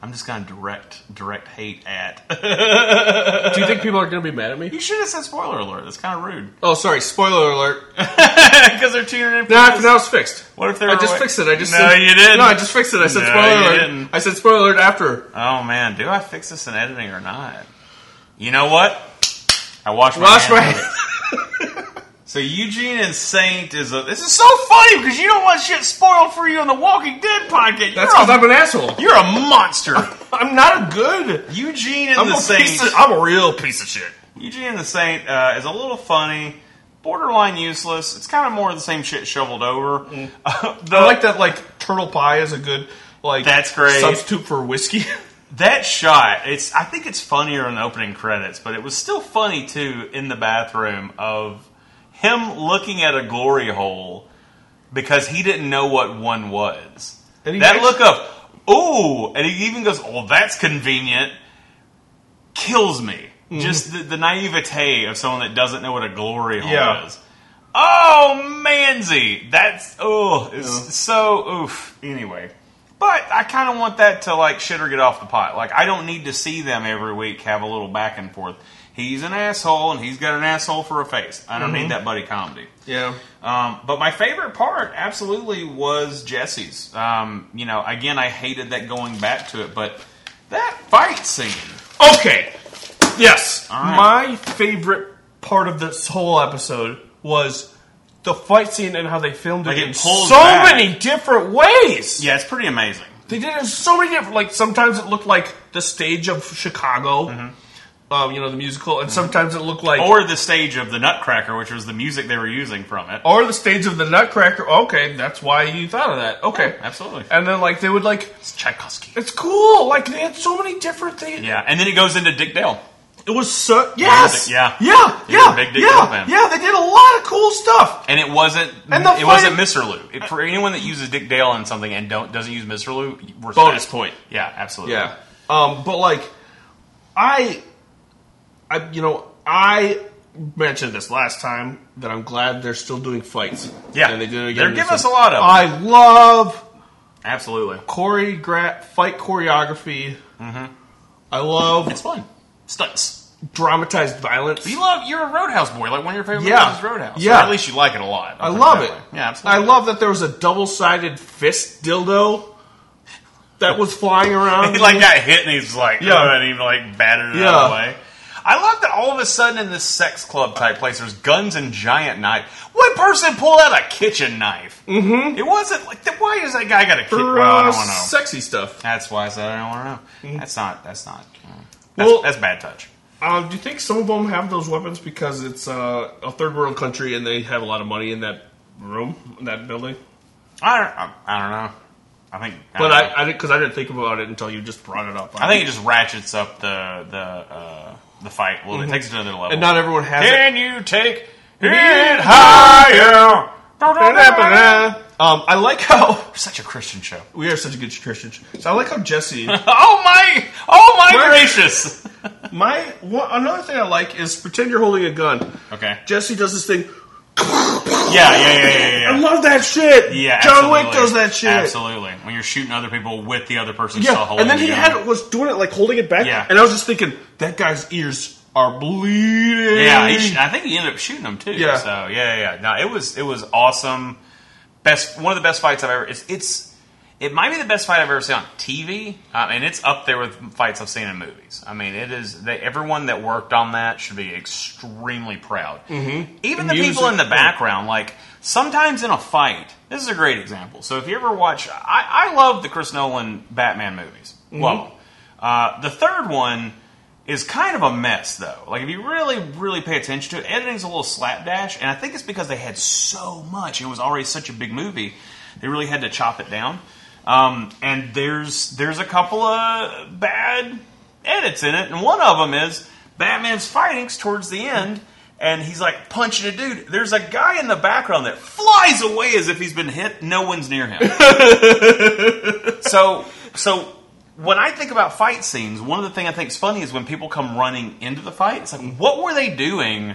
C: I'm just gonna direct direct hate at. [laughs]
B: Do you think people are going to be mad at me?
C: you should have said spoiler alert. That's kind of rude [laughs]
B: Oh, sorry. Spoiler alert.
C: because they're tuning in. For
B: Nah,
C: this.
B: now it's fixed.
C: What if they're?
B: I just fixed it. I just
C: no,
B: said,
C: you didn't.
B: No, I just fixed it. I said
C: No,
B: spoiler
C: you
B: alert.
C: didn't.
B: I said spoiler alert after.
C: Oh man, do I fix this in editing or not? You know what? I wash my
B: Wash
C: hands.
B: my
C: of it. So Eugene and Saint is a. This is so funny because you don't want shit spoiled for you on the Walking Dead
B: That's
C: podcast. you're,
B: because
C: a,
B: I'm an asshole.
C: you're a monster.
B: [laughs] I'm not a good.
C: Eugene and
B: I'm
C: the
B: a
C: Saint.
B: piece of, I'm a real piece of shit.
C: Eugene and the Saint uh, is a little funny, borderline useless. It's kind of more of the same shit shoveled over. The-
B: I like that. Like turtle pie is a good like
C: That's great.
B: substitute for whiskey.
C: [laughs]
B: [laughs]
C: That shot, it's I think it's funnier in the opening credits, but it was still funny too in the bathroom of him looking at a glory hole because he didn't know what one was.
B: And he
C: that
B: makes-
C: look of ooh, and he even goes, "Oh, that's convenient." Kills me.
B: Mm-hmm.
C: Just the, the naivete of someone that doesn't know what a glory hole
B: Yeah.
C: is. Oh, Manzi, that's oh, it's so oof. Anyway, but I kind of want that to like shit or get off the pot. Like I don't need to see them every week have a little back and forth. He's an asshole, and he's got an asshole for a face. I don't
B: Mm-hmm.
C: need that buddy comedy.
B: Yeah.
C: Um, but my favorite part, absolutely, was Jesse's. Um, you know, again, I hated that going back to it, but that fight scene.
B: Okay. Yes.
C: right.
B: My favorite part of this whole episode was the fight scene and how they filmed
C: Like,
B: it
C: it
B: in
C: pulls
B: so
C: back.
B: many different ways.
C: Yeah, it's pretty amazing.
B: They did it in so many different. Like sometimes it looked like the stage of Chicago, um, you know, the musical, and sometimes it looked like
C: Mm-hmm. Or the stage of the Nutcracker, which was the music they were using from it.
B: or the stage of the Nutcracker. Okay, that's why you thought of that. Okay,
C: absolutely.
B: And then like they would like,
C: It's Tchaikovsky.
B: it's cool. Like they had so many different things.
C: Yeah, and then it goes into Dick Dale.
B: It was so yes,
C: Yeah.
B: yeah,
C: He was
B: yeah,
C: a big Dick Dale
B: yeah,
C: fan.
B: yeah. They did a lot of cool stuff.
C: And it wasn't
B: And the
C: it wasn't
B: fight-
C: Mr. Lou. It, for anyone that uses Dick Dale in something and don't doesn't use Mr. Lou, respect.
B: Bonus point.
C: Yeah, absolutely.
B: Yeah. Um, but like, I, I, you know, I mentioned this last time that I'm glad they're still doing fights.
C: Yeah.
B: and they did it again.
C: They're
B: this
C: giving us
B: time.
C: a lot of 'em.
B: I love
C: Absolutely.
B: choreograph fight choreography. Mm-hmm. I love
C: It's fun. Stunts.
B: dramatized violence.
C: You love you're a Roadhouse boy, like one of your favorite
B: Yeah.
C: movies is Roadhouse.
B: Yeah.
C: Or at least you like it a lot.
B: I
C: I'll put
B: love
C: that
B: it.
C: way. Yeah, absolutely.
B: I love that there was a double-sided fist dildo that was flying around. [laughs]
C: [laughs] he like got hit and he's like,
B: Yeah.
C: yeah, and he like batted it
B: Yeah.
C: out of the way. I love that all of a sudden in this sex club type place, there's guns and giant knife. One person pulled out a kitchen knife. Mm-hmm. It wasn't like th- why is that guy got a kitchen?
B: for,
C: Well, I
B: uh,
C: don't know.
B: sexy stuff.
C: that's why I said I don't want to know. That's not. That's not. mm. That's,
B: Mm-hmm. Well-
C: that's bad touch.
B: Uh, do you think some of them have those weapons because it's uh, a third world country and they have a lot of money in that room, in that building?
C: I don't. I, I don't know. I think. I
B: But
C: don't know.
B: I, I didn't because I didn't think about it until you just brought it up.
C: I think it just ratchets up the the uh, the fight. Well, it takes it to another level.
B: Mm-hmm. and not everyone has it.
C: Can you take it higher?
B: Um, I like how
C: [laughs] We're such a Christian show.
B: we are such a good Christian. So I like how Jesse.
C: Oh my! Oh my
B: We're-
C: gracious!
B: My one, another thing I like is pretend you're holding a gun.
C: Okay.
B: Jesse does this thing.
C: Yeah, yeah, yeah, yeah,
B: I
C: yeah. yeah.
B: love that shit.
C: Yeah,
B: John Wick
C: absolutely.
B: does that shit.
C: Absolutely. When you're shooting other people with the other person still
B: Yeah,
C: holding
B: and then
C: the
B: he
C: gun.
B: had was doing it like holding it back.
C: Yeah.
B: and I was just thinking that guy's ears are bleeding.
C: Yeah, he sh- I think he ended up shooting him too.
B: Yeah.
C: So yeah, yeah, yeah. No, it was it was awesome. Best one of the best fights I've ever. It's it's it might be the best fight I've ever seen on TV, uh, and it's up there with fights I've seen in movies. I mean, it is. They, everyone that worked on that should be extremely proud. Mm-hmm. Even the people in the background, like sometimes in a fight. This is a great example. So if you ever watch, I, I love the Chris Nolan Batman movies. Love 'em. Uh, the third one is kind of a mess, though. Like, if you really, really pay attention to it, editing's a little slapdash, and I think it's because they had so much. It was already such a big movie, they really had to chop it down. Um, and there's there's a couple of bad edits in it, and one of them is Batman's fighting towards the end, and he's like punching a dude. There's a guy in the background that flies away as if he's been hit. No one's
B: [laughs]
C: near him. so so when I think about fight scenes, one of the things I think is funny is when people come running into the fight. It's like, what were they doing?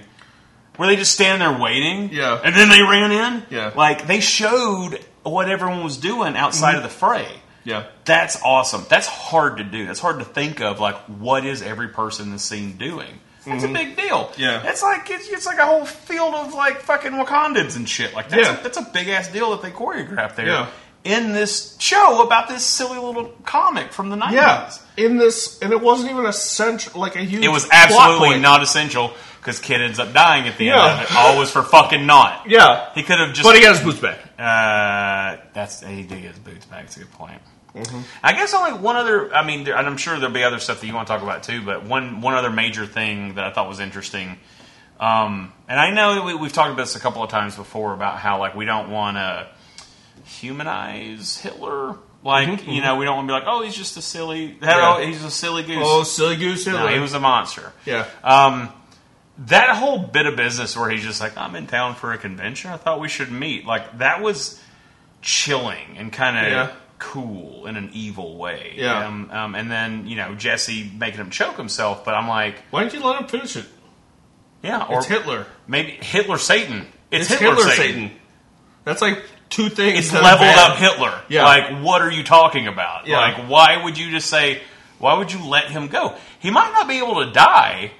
C: Were they just standing there waiting?
B: Yeah.
C: And then they ran in.
B: Yeah.
C: Like they showed what everyone was doing outside of the fray.
B: Yeah.
C: That's awesome. That's hard to do. That's hard to think of. Like, what is every person in the scene doing? That's a big deal.
B: Mm-hmm. Yeah.
C: It's like it's, it's like a whole field of like fucking Wakandans and shit. Like that's
B: Yeah.
C: a, that's a big ass deal that they choreographed there
B: Yeah.
C: in this show about this silly little comic from the nineties.
B: Yeah, in this, and it wasn't even a central, like a huge.
C: It was
B: plot
C: absolutely
B: point.
C: not essential because kid ends up dying at the
B: Yeah.
C: end of it. All was for fucking not.
B: Yeah,
C: He could have just
B: but he got his boots back.
C: Uh, that's he did get his boots back. It's a good point. I guess only one other. I mean, there, and I'm sure there'll be other stuff that you want to talk about too. But one one other major thing that I thought was interesting. Um, and I know that we, we've talked about this a couple of times before about how like we don't want to humanize Hitler. Like
B: Mm-hmm,
C: you know, we don't want to be like, oh, he's just a silly. hell, He's a silly goose.
B: Oh, silly goose!
C: no, he was a Uh, monster
B: yeah,
C: that whole bit of business where he's just like, I'm in town for a convention. I thought we should meet. Like that was chilling and kind of
B: Yeah.
C: cool in an evil way.
B: Yeah.
C: Um, um, and then you know Jesse making him choke himself, but I'm like,
B: why didn't you let him finish it?
C: yeah, or
B: It's Hitler.
C: maybe Hitler Satan. It's,
B: It's
C: Hitler, Satan.
B: That's like two things.
C: It's
B: that are
C: leveled
B: bad.
C: up Hitler.
B: Yeah.
C: Like what are you talking about?
B: Yeah.
C: Like why would you just say? Why would you let him go? He might not be able to die,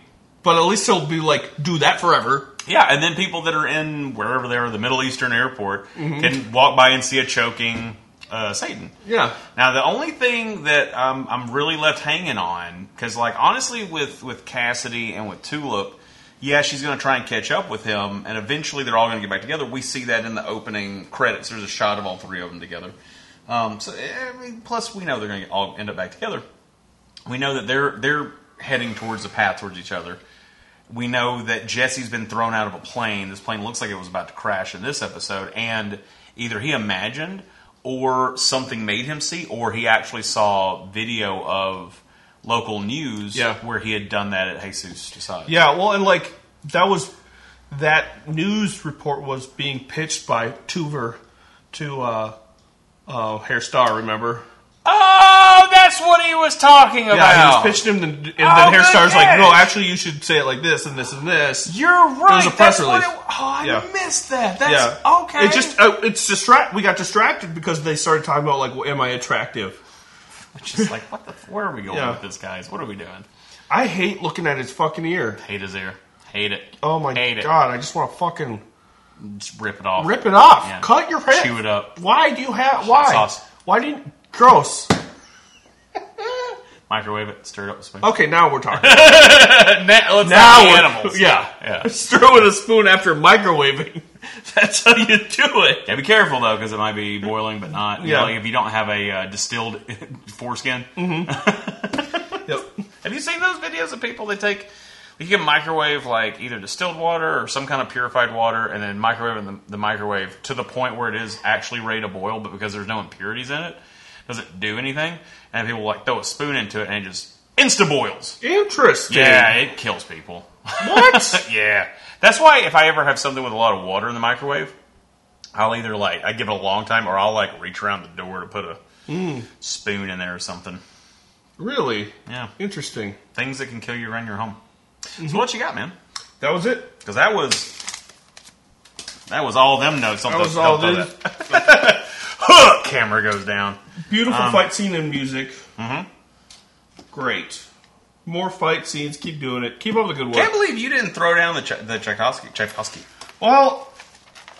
C: but,
B: but at least he'll be like, do that forever.
C: Yeah, and then people that are in wherever they are, the Middle Eastern airport, can walk by and see a choking uh, Satan.
B: Yeah.
C: Now, the only thing that um, I'm really left hanging on, because like honestly, with with Cassidy and with Tulip, yeah, she's going to try and catch up with him, and eventually they're all going to get back together. We see that in the opening credits. There's a shot of all three of them together. Um, so, eh, I mean, plus we know they're going to all end up back together. We know that they're they're heading towards the path towards each other. We know that Jesse's been thrown out of a plane. This plane looks like it was about to crash in this episode, and either he imagined or something made him see, or he actually saw video of local news
B: Yeah.
C: where he had done that at Jesus Desai.
B: Yeah, well, and like that was that news report was being pitched by Tuver to uh, uh, Hair Star. Remember?
C: Oh, that's what he was talking about.
B: Yeah, he was pitching him, and, and
C: Oh,
B: then Hair
C: good
B: Star's like,
C: catch.
B: "No, actually, you should say it like this and this and this."
C: You're right.
B: It was a press
C: that's what
B: release.
C: it- oh, I
B: Yeah.
C: missed that. That's
B: yeah.
C: okay.
B: It just uh, it's distract. We got distracted because they started talking about like, well, "Am I attractive?"
C: Which is like, what the? Where are we going
B: Yeah.
C: with this, guys? What are we doing?
B: I hate looking at his fucking ear.
C: Hate his ear. Hate it.
B: Oh my
C: Hate it.
B: god! I just want to fucking
C: Just rip it off.
B: rip it off.
C: Yeah.
B: Cut your head.
C: Chew it up.
B: Why do you have? Why?
C: sauce.
B: Why do you? Gross.
C: Microwave it. Stir it up with a spoon.
B: Okay, now we're
C: [laughs]
B: talking.
C: now, it's
B: now
C: like
B: we're- [laughs]
C: animals.
B: Yeah.
C: Yeah.
B: Stir with a spoon after microwaving. [laughs] That's how you do it.
C: Yeah, be careful though, because it might be boiling, but not. You
B: Yeah. Mm-hmm.
C: know, like if you don't have a uh, distilled [laughs] foreskin.
B: Yep.
C: Have you seen those videos of people that take? You can microwave like either distilled water or some kind of purified water, and then microwave in the, the microwave to the point where it is actually ready to boil, but because there's no impurities in it, doesn't do anything. And people like throw a spoon into it and it just insta boils.
B: Interesting.
C: Yeah, it kills people.
B: What?
C: [laughs] Yeah, that's why if I ever have something with a lot of water in the microwave, I'll either like I give it a long time, or I'll like reach around the door to put a
B: Mm.
C: spoon in there or something.
B: really?
C: Yeah,
B: Interesting.
C: things that can kill you around your home.
B: Mm-hmm.
C: So what you got, man?
B: That was it.
C: Because that was that was all them notes. Don't
B: That
C: throw-
B: was all
C: don't throw
B: this
C: that. Huh! [laughs] Camera goes down.
B: beautiful
C: Um,
B: fight scene and music. Mm-hmm. Great. More fight scenes. Keep doing it. Keep up the good work.
C: Can't believe you didn't throw down the Ch- the Tchaikovsky Tchaikovsky
B: well,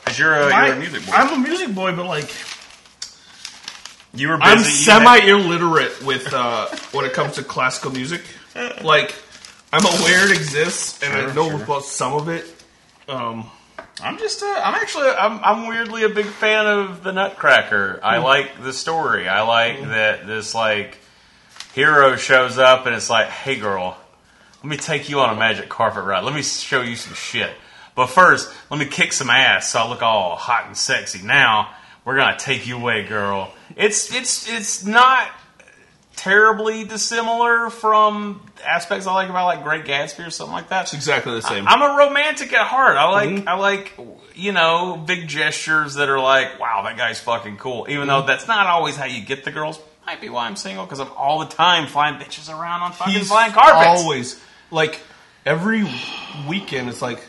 C: because you're a,
B: I,
C: you're a music boy.
B: I'm a music boy, but like
C: you were busy.
B: I'm
C: you
B: semi
C: had-
B: illiterate with uh, when it comes to classical music. Like I'm aware it exists, and I
C: Sure,
B: know
C: sure.
B: about some of it. Um,
C: I'm just. A, I'm actually. I'm, I'm weirdly a big fan of the Nutcracker. I like the story. I like that this like hero shows up and it's like, hey girl, let me take you on a magic carpet ride. Let me show you some shit. But first, let me kick some ass so I look all hot and sexy. Now we're gonna take you away, girl. It's it's it's not terribly dissimilar from aspects I like about like Great Gatsby or something like that.
B: it's exactly the same.
C: I'm a romantic at heart. I like I like you know big gestures that are like, wow, that guy's fucking cool. Even though that's not always how you get the girls. Might be why I'm single because I'm all the time flying bitches around on fucking
B: He's
C: flying carpets.
B: always like every weekend. It's like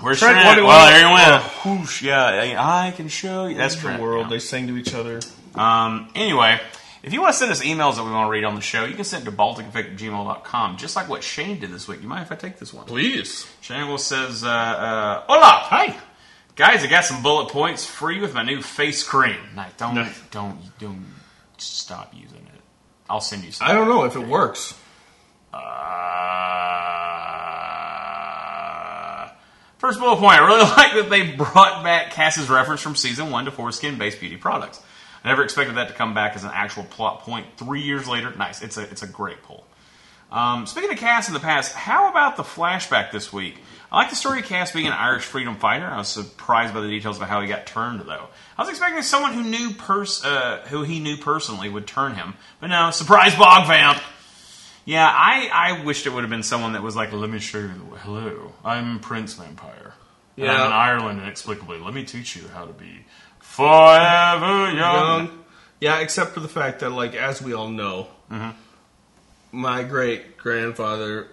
C: Where's
B: Trent,
C: Trent?
B: what do you
C: well,
B: want?
C: there you went. Whoosh, yeah, I I can show you. That's
B: the
C: Trent,
B: world.
C: yeah.
B: They sing to each other.
C: Um, anyway, if you want to send us emails that we want to read on the show, you can send it to balticeffect@gmail.com. Just like what Shane did this week. You mind if I take this one?
B: Please,
C: Shangle says, uh, uh, "Hola,
B: Hi.
C: guys! I got some bullet points for you with my new face cream. Like, don't,
B: Nice.
C: don't, don't stop using it. I'll send you some.
B: I don't know if it works.
C: Uh, first bullet point. I really [laughs] like that they brought back Cass's reference from season one to foreskin-based beauty products. I never expected that to come back as an actual plot point three years later. Nice. It's a, it's a great pull." Um, speaking of Cass in the past, how about the flashback this week? I like the story of Cass being an Irish freedom fighter. I was surprised by the details about how he got turned, though. I was expecting someone who knew pers- uh, who he knew personally would turn him, but no, surprise bog vamp. Yeah, I, I wished it would have been someone that was like, "Let me show you the way. Hello, I'm Prince Vampire. And
B: Yeah.
C: I'm in Ireland inexplicably. Let me teach you how to be forever young."
B: Um, yeah, except for the fact that, like, as we all know, my great grandfather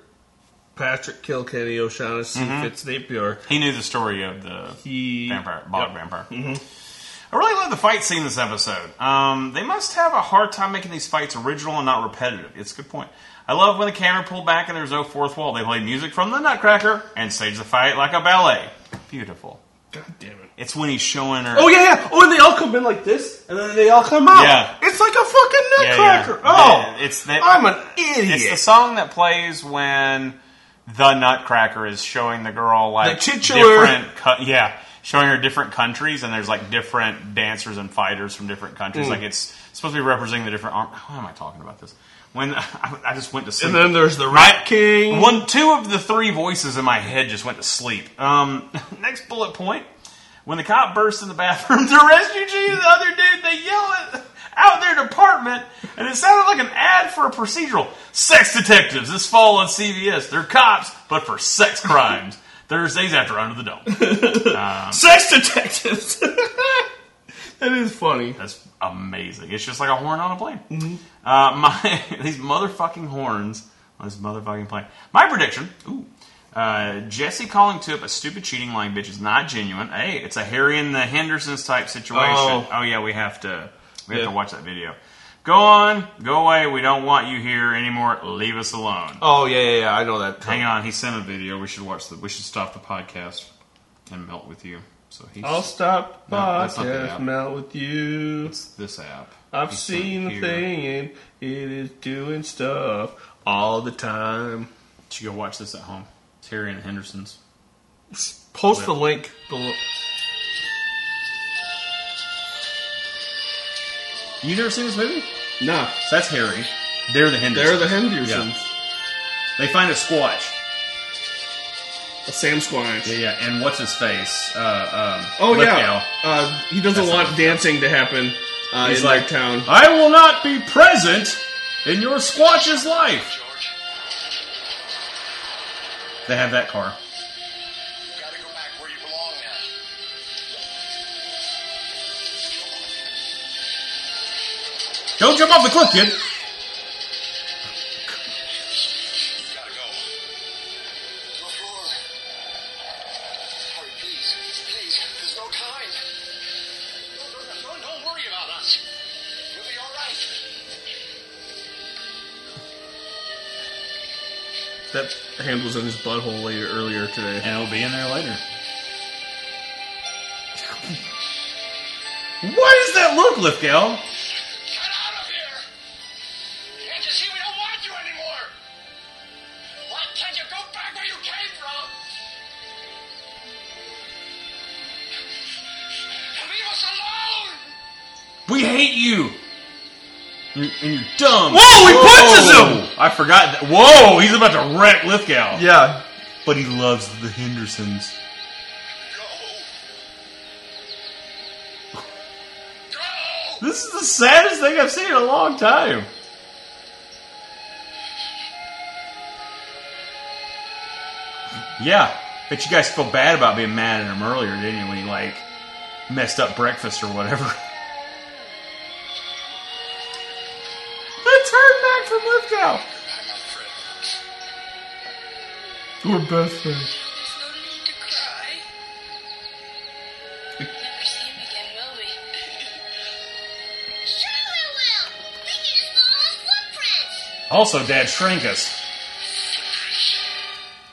B: Patrick Kilkenny Mm-hmm. O'Shaughnessy Fitznapier,
C: He knew the story of the
B: he
C: vampire, bog vampire. I really love the fight scene this episode. Um, they must have a hard time making these fights original and not repetitive. It's a good point. I love when the camera pulled back and there's no fourth wall. They played music from the Nutcracker and staged the fight like a ballet. Beautiful.
B: God damn it.
C: It's when he's showing her.
B: Oh yeah, yeah. Oh, and they all come in like this, and then they all come out.
C: Yeah.
B: It's like a fucking
C: Yeah,
B: nutcracker.
C: yeah.
B: Oh,
C: Yeah, it's that-
B: I'm an idiot.
C: It's the song that plays when the Nutcracker is showing the girl like
B: The titular-
C: different, co- yeah, showing her different countries, and there's like different dancers and fighters from different
B: Mm.
C: countries. Like it's supposed to be representing the different. Arm- How am I talking about this? When [laughs] I, I just went to sleep.
B: and then there's the Rat King.
C: One, two of the three voices in my head just went to sleep. Um, [laughs] next bullet point: when the cop bursts in the bathroom [laughs] to rescue Gene, the other dude, they yell at out their department, and it sounded like an ad for a procedural. Sex detectives. This fall on CBS. They're cops, but for sex crimes. Thursdays after Under the Dome.
B: Sex detectives. [laughs] that is funny.
C: That's amazing. It's just like a horn on a plane.
B: Mm-hmm.
C: Uh, [laughs] my these motherfucking horns on this motherfucking plane. My prediction. Ooh. Uh, Jesse calling Tip a stupid cheating lying bitch is not genuine. Hey, it's a Harry and the Hendersons type situation.
B: Oh.
C: Oh, yeah, we have to we have
B: Yeah.
C: to watch that video. Go on, go away. We don't want you here anymore. Leave us alone.
B: Oh yeah, yeah, yeah. I know that.
C: Hang on, he sent a video. We should watch the. We should stop the podcast and melt with you. So he's
B: I'll stop
C: No, that's not the app.
B: podcast melt with you.
C: it's this app.
B: I've
C: He sent
B: seen the
C: here.
B: thing, and it is doing stuff all the time.
C: should go watch this at home. It's Harry and the Hendersons.
B: Post the link below.
C: You never seen this movie?
B: Nah,
C: That's Harry. They're the Hendersons.
B: they're the Hendersons.
C: They find a squash.
B: A Sam Squanch.
C: Yeah, yeah. And what's his face? Uh, um,
B: Oh
C: Lithgow.
B: yeah, uh, he doesn't
C: That's
B: want dancing to happen uh,
C: He's
B: in
C: like,
B: their town.
C: I will not be present in your squash's life. They have that car.
F: gotta go back where you belong now.
C: Don't jump off the cliff, kid.
F: You gotta go. Before. Hurry, please. Please. There's no time. No, no, no, no, don't worry about us. We'll be all right.
B: That hand was in his butthole later earlier today.
C: And it'll be in there later. [laughs] What does that look, Lithgow?
F: Get out of here! Can't you see we don't want you anymore? Why can't you go back where you came from? And leave us alone!
C: We hate you. And and you're dumb.
B: Whoa, he punches
C: him. I forgot. That. Whoa, he's about to wreck Lithgow.
B: Yeah,
C: But he loves the Hendersons.
F: Go! Go!
C: This is the saddest thing I've seen in a long time. Yeah, but you guys feel bad about being mad at him earlier, didn't you? When he like messed up breakfast or whatever. [laughs] the turn back from Lithgow.
F: I'm not
B: we're
F: afraid.
B: best friends.
G: No need to cry. We'll never see him again, will we?
H: Sure we will. We can just follow his footprints.
C: Also, Dad shrank us.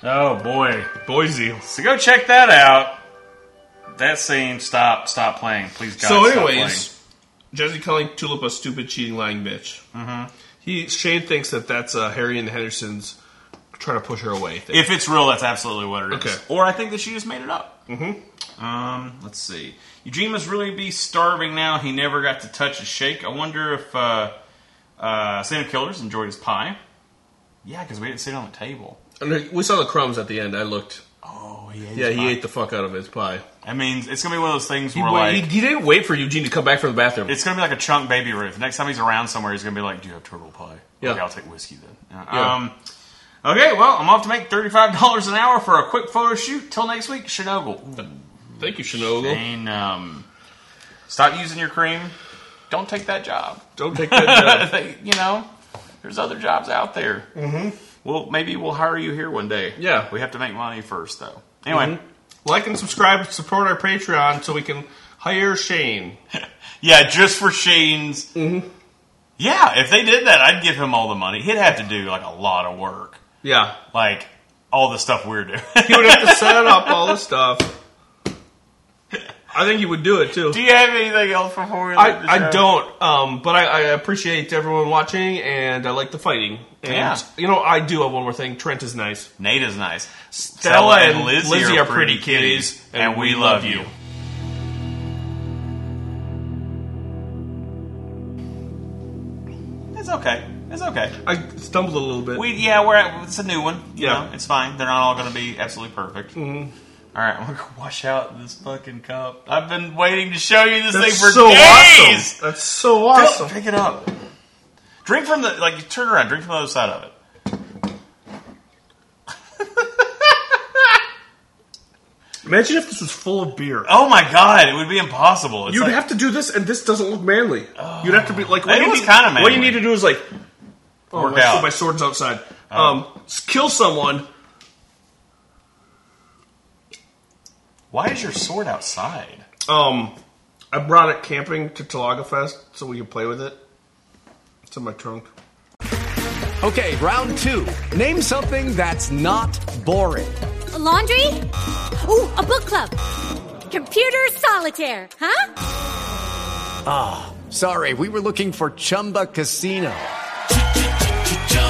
C: Oh boy, Boise. So go check that out. That scene. Stop. Stop playing, please. God,
B: so,
C: stop
B: anyways, Jesse calling Tulip a stupid, cheating, lying bitch. Mm-hmm. He Shane thinks that that's uh, Harry and the Hendersons trying to push her away. Thing.
C: playing. if it's real, that's absolutely what it
B: Okay.
C: is. Or I think that she just made it up. Mm-hmm. Um, let's see. Eugene must really be starving now. He never got to touch a shake. I wonder if uh, uh, Santa Killers enjoyed his pie. Yeah, because we didn't sit on the table.
B: And we saw the crumbs at the end. I looked.
C: Oh, he ate
B: Yeah,
C: his
B: he
C: pie.
B: ate the fuck out of his pie.
C: That means it's gonna be one of those things
B: He,
C: where
B: wait-
C: like
B: he, he didn't wait for Eugene to come back from the bathroom.
C: It's gonna be like a chunk baby Ruth. Next time he's around somewhere, he's gonna be like, "Do you have turtle pie?"
B: Yeah.
C: Okay, I'll take whiskey then. Uh, Um, okay, well, I'm off to make thirty-five dollars an hour for a quick photo shoot. Till next week, Shinogle.
B: Thank you, Shinogle.
C: And um, stop using your cream. Don't take that job.
B: Don't take that job.
C: you know, there's other jobs out there. Mm-hmm. Well, maybe we'll hire you here one day.
B: Yeah. Mm-hmm.
C: we have to make money first, though. Anyway.
B: like and subscribe. Support our Patreon so we can Hire Shane.
C: Yeah, just for Shane's.
B: Mm-hmm.
C: Yeah, if they did that, I'd give him all the money. He'd have to do like a lot of work,
B: Yeah.
C: like all the stuff we're doing. [laughs]
B: He would have to set up all the stuff. I think he would do it too.
C: do you have anything else before we leave the
B: I, I
C: show?
B: don't, um, but I, I appreciate everyone watching, and I like the fighting. And
C: Yeah.
B: you know, I do have one more thing. Trent is nice.
C: Nate is nice.
B: Stella and Lizzie are pretty kitties,
C: and we love you. It's okay. It's okay.
B: I stumbled a little bit.
C: We yeah, we're at, it's a new one. You
B: Yeah. Mm-hmm.
C: know, it's fine. They're not all going to be absolutely perfect. All right, [laughs] I'm gonna wash out this fucking cup. I've been waiting to show you this
B: That's
C: thing for
B: so
C: days.
B: awesome. That's so
C: Go,
B: awesome.
C: Pick it up. Drink from the like. You turn around. Drink from the other side of it.
B: Imagine if this was full of beer.
C: Oh my god, it would be impossible. It's
B: You'd
C: like- Oh.
B: have to do this, and this doesn't look manly. You'd have to be like, what
C: It
B: you
C: was
B: need-
C: kinda manly.
B: What you need to do is like, oh,
C: Work
B: my,
C: out.
B: my sword's outside. Um, s- kill someone.
C: Why is your sword outside?
B: Um, I brought it camping to Talaga Fest so we could play with it. It's in my trunk.
A: Okay, round two. Name something that's not boring.
H: A laundry? Ooh, a book club. Computer solitaire, huh?
A: Sorry, we were looking for Chumba Casino.